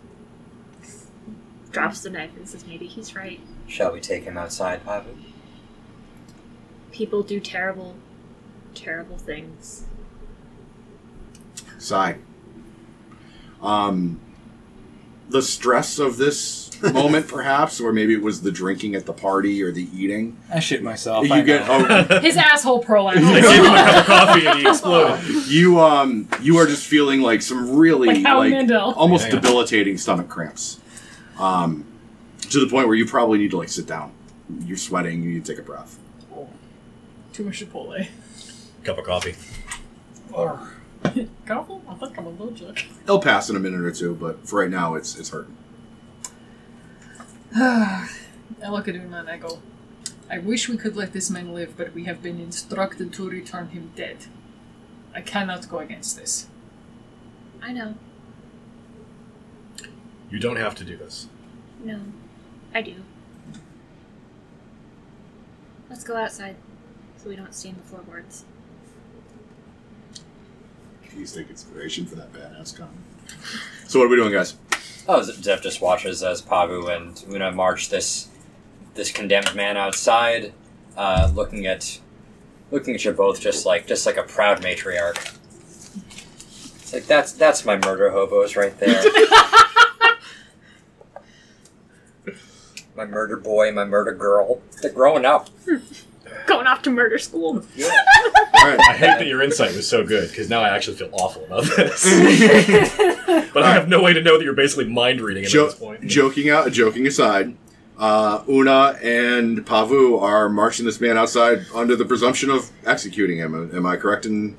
Speaker 3: drops the knife and says, maybe he's right.
Speaker 1: Shall we take him outside, Papa?
Speaker 3: People do terrible, terrible things.
Speaker 2: Sigh. Um, the stress of this moment, perhaps, or maybe it was the drinking at the party or the eating.
Speaker 7: I shit myself.
Speaker 2: You
Speaker 7: I
Speaker 2: get-
Speaker 7: know.
Speaker 5: His asshole prolapse.
Speaker 2: I gave him a cup of
Speaker 7: coffee and he exploded.
Speaker 2: You um, you are just feeling like some really
Speaker 5: Like Howie
Speaker 2: like
Speaker 5: Mandel.
Speaker 2: almost
Speaker 7: Yeah, yeah.
Speaker 2: debilitating stomach cramps, um, to the point where you probably need to like sit down. You're sweating. You need to take a breath.
Speaker 5: Too much Chipotle.
Speaker 4: Cup of coffee.
Speaker 5: Or Careful, I think I'm allergic.
Speaker 2: It'll pass in a minute or two, but for right now, it's it's hurting.
Speaker 5: I look at Una and I go, I wish we could let this man live, but we have been instructed to return him dead. I cannot go against this.
Speaker 10: I know.
Speaker 4: You don't have to do this.
Speaker 10: No. I do. Let's go outside so we don't stain the floorboards.
Speaker 2: Please take inspiration for that badass comment. So what are we doing, guys?
Speaker 1: Oh, Z- Zev just watches as Pavu and Una march this this condemned man outside, uh, looking at looking at you both just like just like a proud matriarch. It's like that's that's my murder hobos right there. my murder boy, my murder girl. They're growing up.
Speaker 3: Going off to murder school.
Speaker 2: All right.
Speaker 4: I hate that your insight was so good because now I actually feel awful about this. but I have no way to know that you're basically mind reading it at
Speaker 2: Jo-
Speaker 4: this point.
Speaker 2: joking out, joking aside, uh, Una and Pavu are marching this man outside under the presumption of executing him. Am- Am I correct in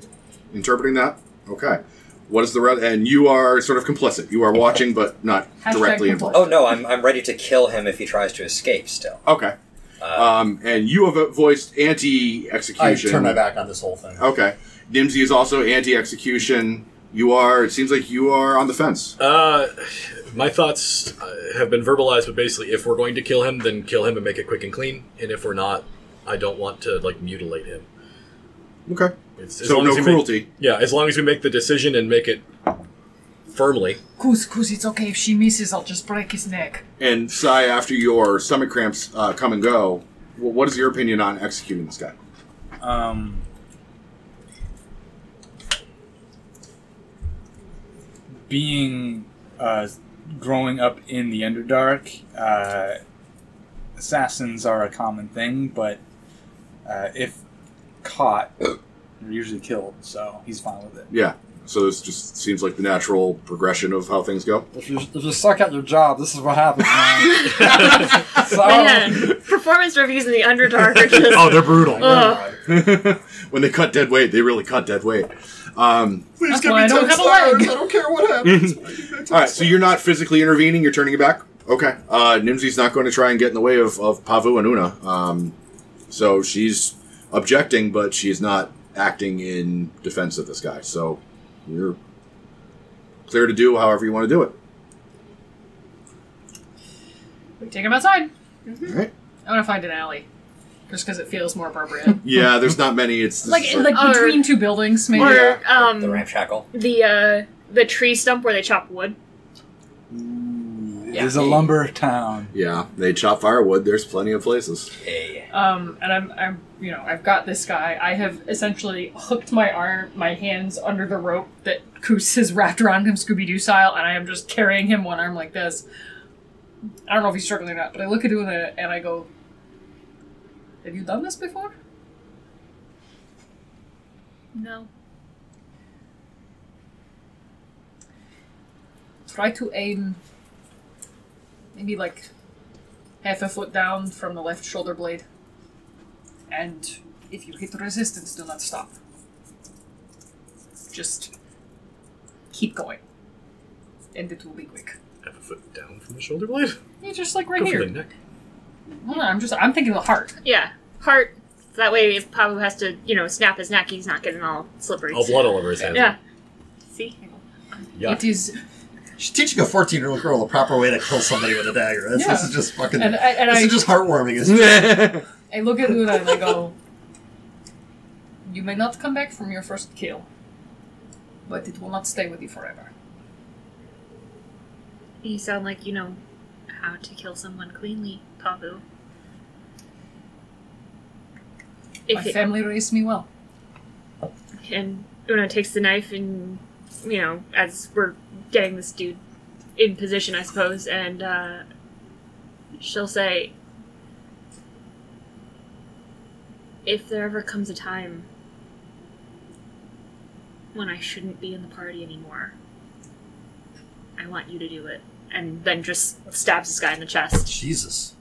Speaker 2: interpreting that? Okay. What is the re- and you are sort of complicit. You are watching, but not
Speaker 5: Hashtag
Speaker 2: directly involved.
Speaker 1: Oh no, I'm I'm ready to kill him if he tries to escape. Still,
Speaker 2: Okay. Um, and you have uh, voiced
Speaker 6: I
Speaker 2: anti-execution.
Speaker 6: turn my back on this whole thing.
Speaker 2: Okay. Dimsy is also anti-execution. You are. It seems like you are on the fence.
Speaker 4: Uh, my thoughts uh, have been verbalized, but basically, if we're going to kill him, then kill him and make it quick and clean. And if we're not, I don't want to like mutilate him.
Speaker 2: Okay.
Speaker 4: It's,
Speaker 2: So no
Speaker 4: we
Speaker 2: cruelty.
Speaker 4: Make, yeah, as long as we make the decision and make it firmly.
Speaker 5: Coos, Coos, it's okay. If she misses, I'll just break his neck.
Speaker 2: And Sai, after your stomach cramps uh, come and go, wh- what is your opinion on executing this guy?
Speaker 7: Um, being uh, growing up in the Underdark, uh, assassins are a common thing, but uh, if caught, they're usually killed. So he's fine with it.
Speaker 2: Yeah. So this just seems like the natural progression of how things go.
Speaker 9: If you if you suck at your job, this is what happens, man. so,
Speaker 3: Man, uh, performance reviews in the Underdark are just.
Speaker 4: Oh, they're brutal.
Speaker 3: Ugh.
Speaker 2: when they cut dead weight, they really cut dead weight. Um,
Speaker 5: That's why I don't have a leg.
Speaker 6: I don't care what happens.
Speaker 2: all right. So you're not physically intervening. You're turning it back. Okay. Uh, Nimzi's not going to try and get in the way of, of Pavu and Una. Um, so she's objecting, but she's not acting in defense of this guy. So you're clear to do however you want to do it.
Speaker 5: We take him outside.
Speaker 2: All right.
Speaker 5: I want to find an alley, just because it feels more appropriate.
Speaker 2: Yeah, there's not many. It's this
Speaker 5: like
Speaker 2: is
Speaker 5: like
Speaker 3: Or-
Speaker 5: between two buildings, maybe.
Speaker 3: Or um,
Speaker 1: the ramshackle.
Speaker 3: the uh, the tree stump where they chop wood.
Speaker 9: it
Speaker 5: Yeah.
Speaker 9: is a lumber town.
Speaker 2: yeah, they chop firewood. There's plenty of places.
Speaker 1: Hey,
Speaker 5: Um, and I'm, I'm, you know, I've got this guy. I have essentially hooked my arm, my hands under the rope that Koos has wrapped around him, Scooby Doo style, and I am just carrying him one arm like this. I don't know if he's struggling or not, but I look at Una and I go, "Have you done this before?"
Speaker 10: No.
Speaker 5: Try to aim, maybe like half a foot down from the left shoulder blade. And if you hit resistance, do not stop. Just keep going. And it will be quick.
Speaker 4: Have a foot down from the shoulder blade.
Speaker 5: Yeah, just like right
Speaker 4: Go
Speaker 5: here.
Speaker 4: for the neck.
Speaker 5: No, no, I'm just I'm thinking of the heart.
Speaker 3: Yeah, heart. That way, if Pabu has to, you know, snap his neck, he's not getting all slippery.
Speaker 4: All blood all over his hands.
Speaker 3: Yeah. See?
Speaker 4: Yuck.
Speaker 5: It is
Speaker 12: She's teaching a 14 year old girl the proper way to kill somebody with a dagger. This, this is just fucking.
Speaker 5: And I- and
Speaker 12: this
Speaker 5: I-
Speaker 12: is just heartwarming. It's
Speaker 5: I look at Una and I go, You may not come back from your first kill, but it will not stay with you forever.
Speaker 10: You sound like you know how to kill someone cleanly, Pavu.
Speaker 5: My
Speaker 10: If it,
Speaker 5: family raised me well.
Speaker 3: And Una takes the knife and, you know, as we're getting this dude in position, I suppose, and uh, she'll say,
Speaker 10: if there ever comes a time when I shouldn't be in the party anymore, I want you to do it.
Speaker 3: and then just stabs this guy in the chest.
Speaker 12: Jesus.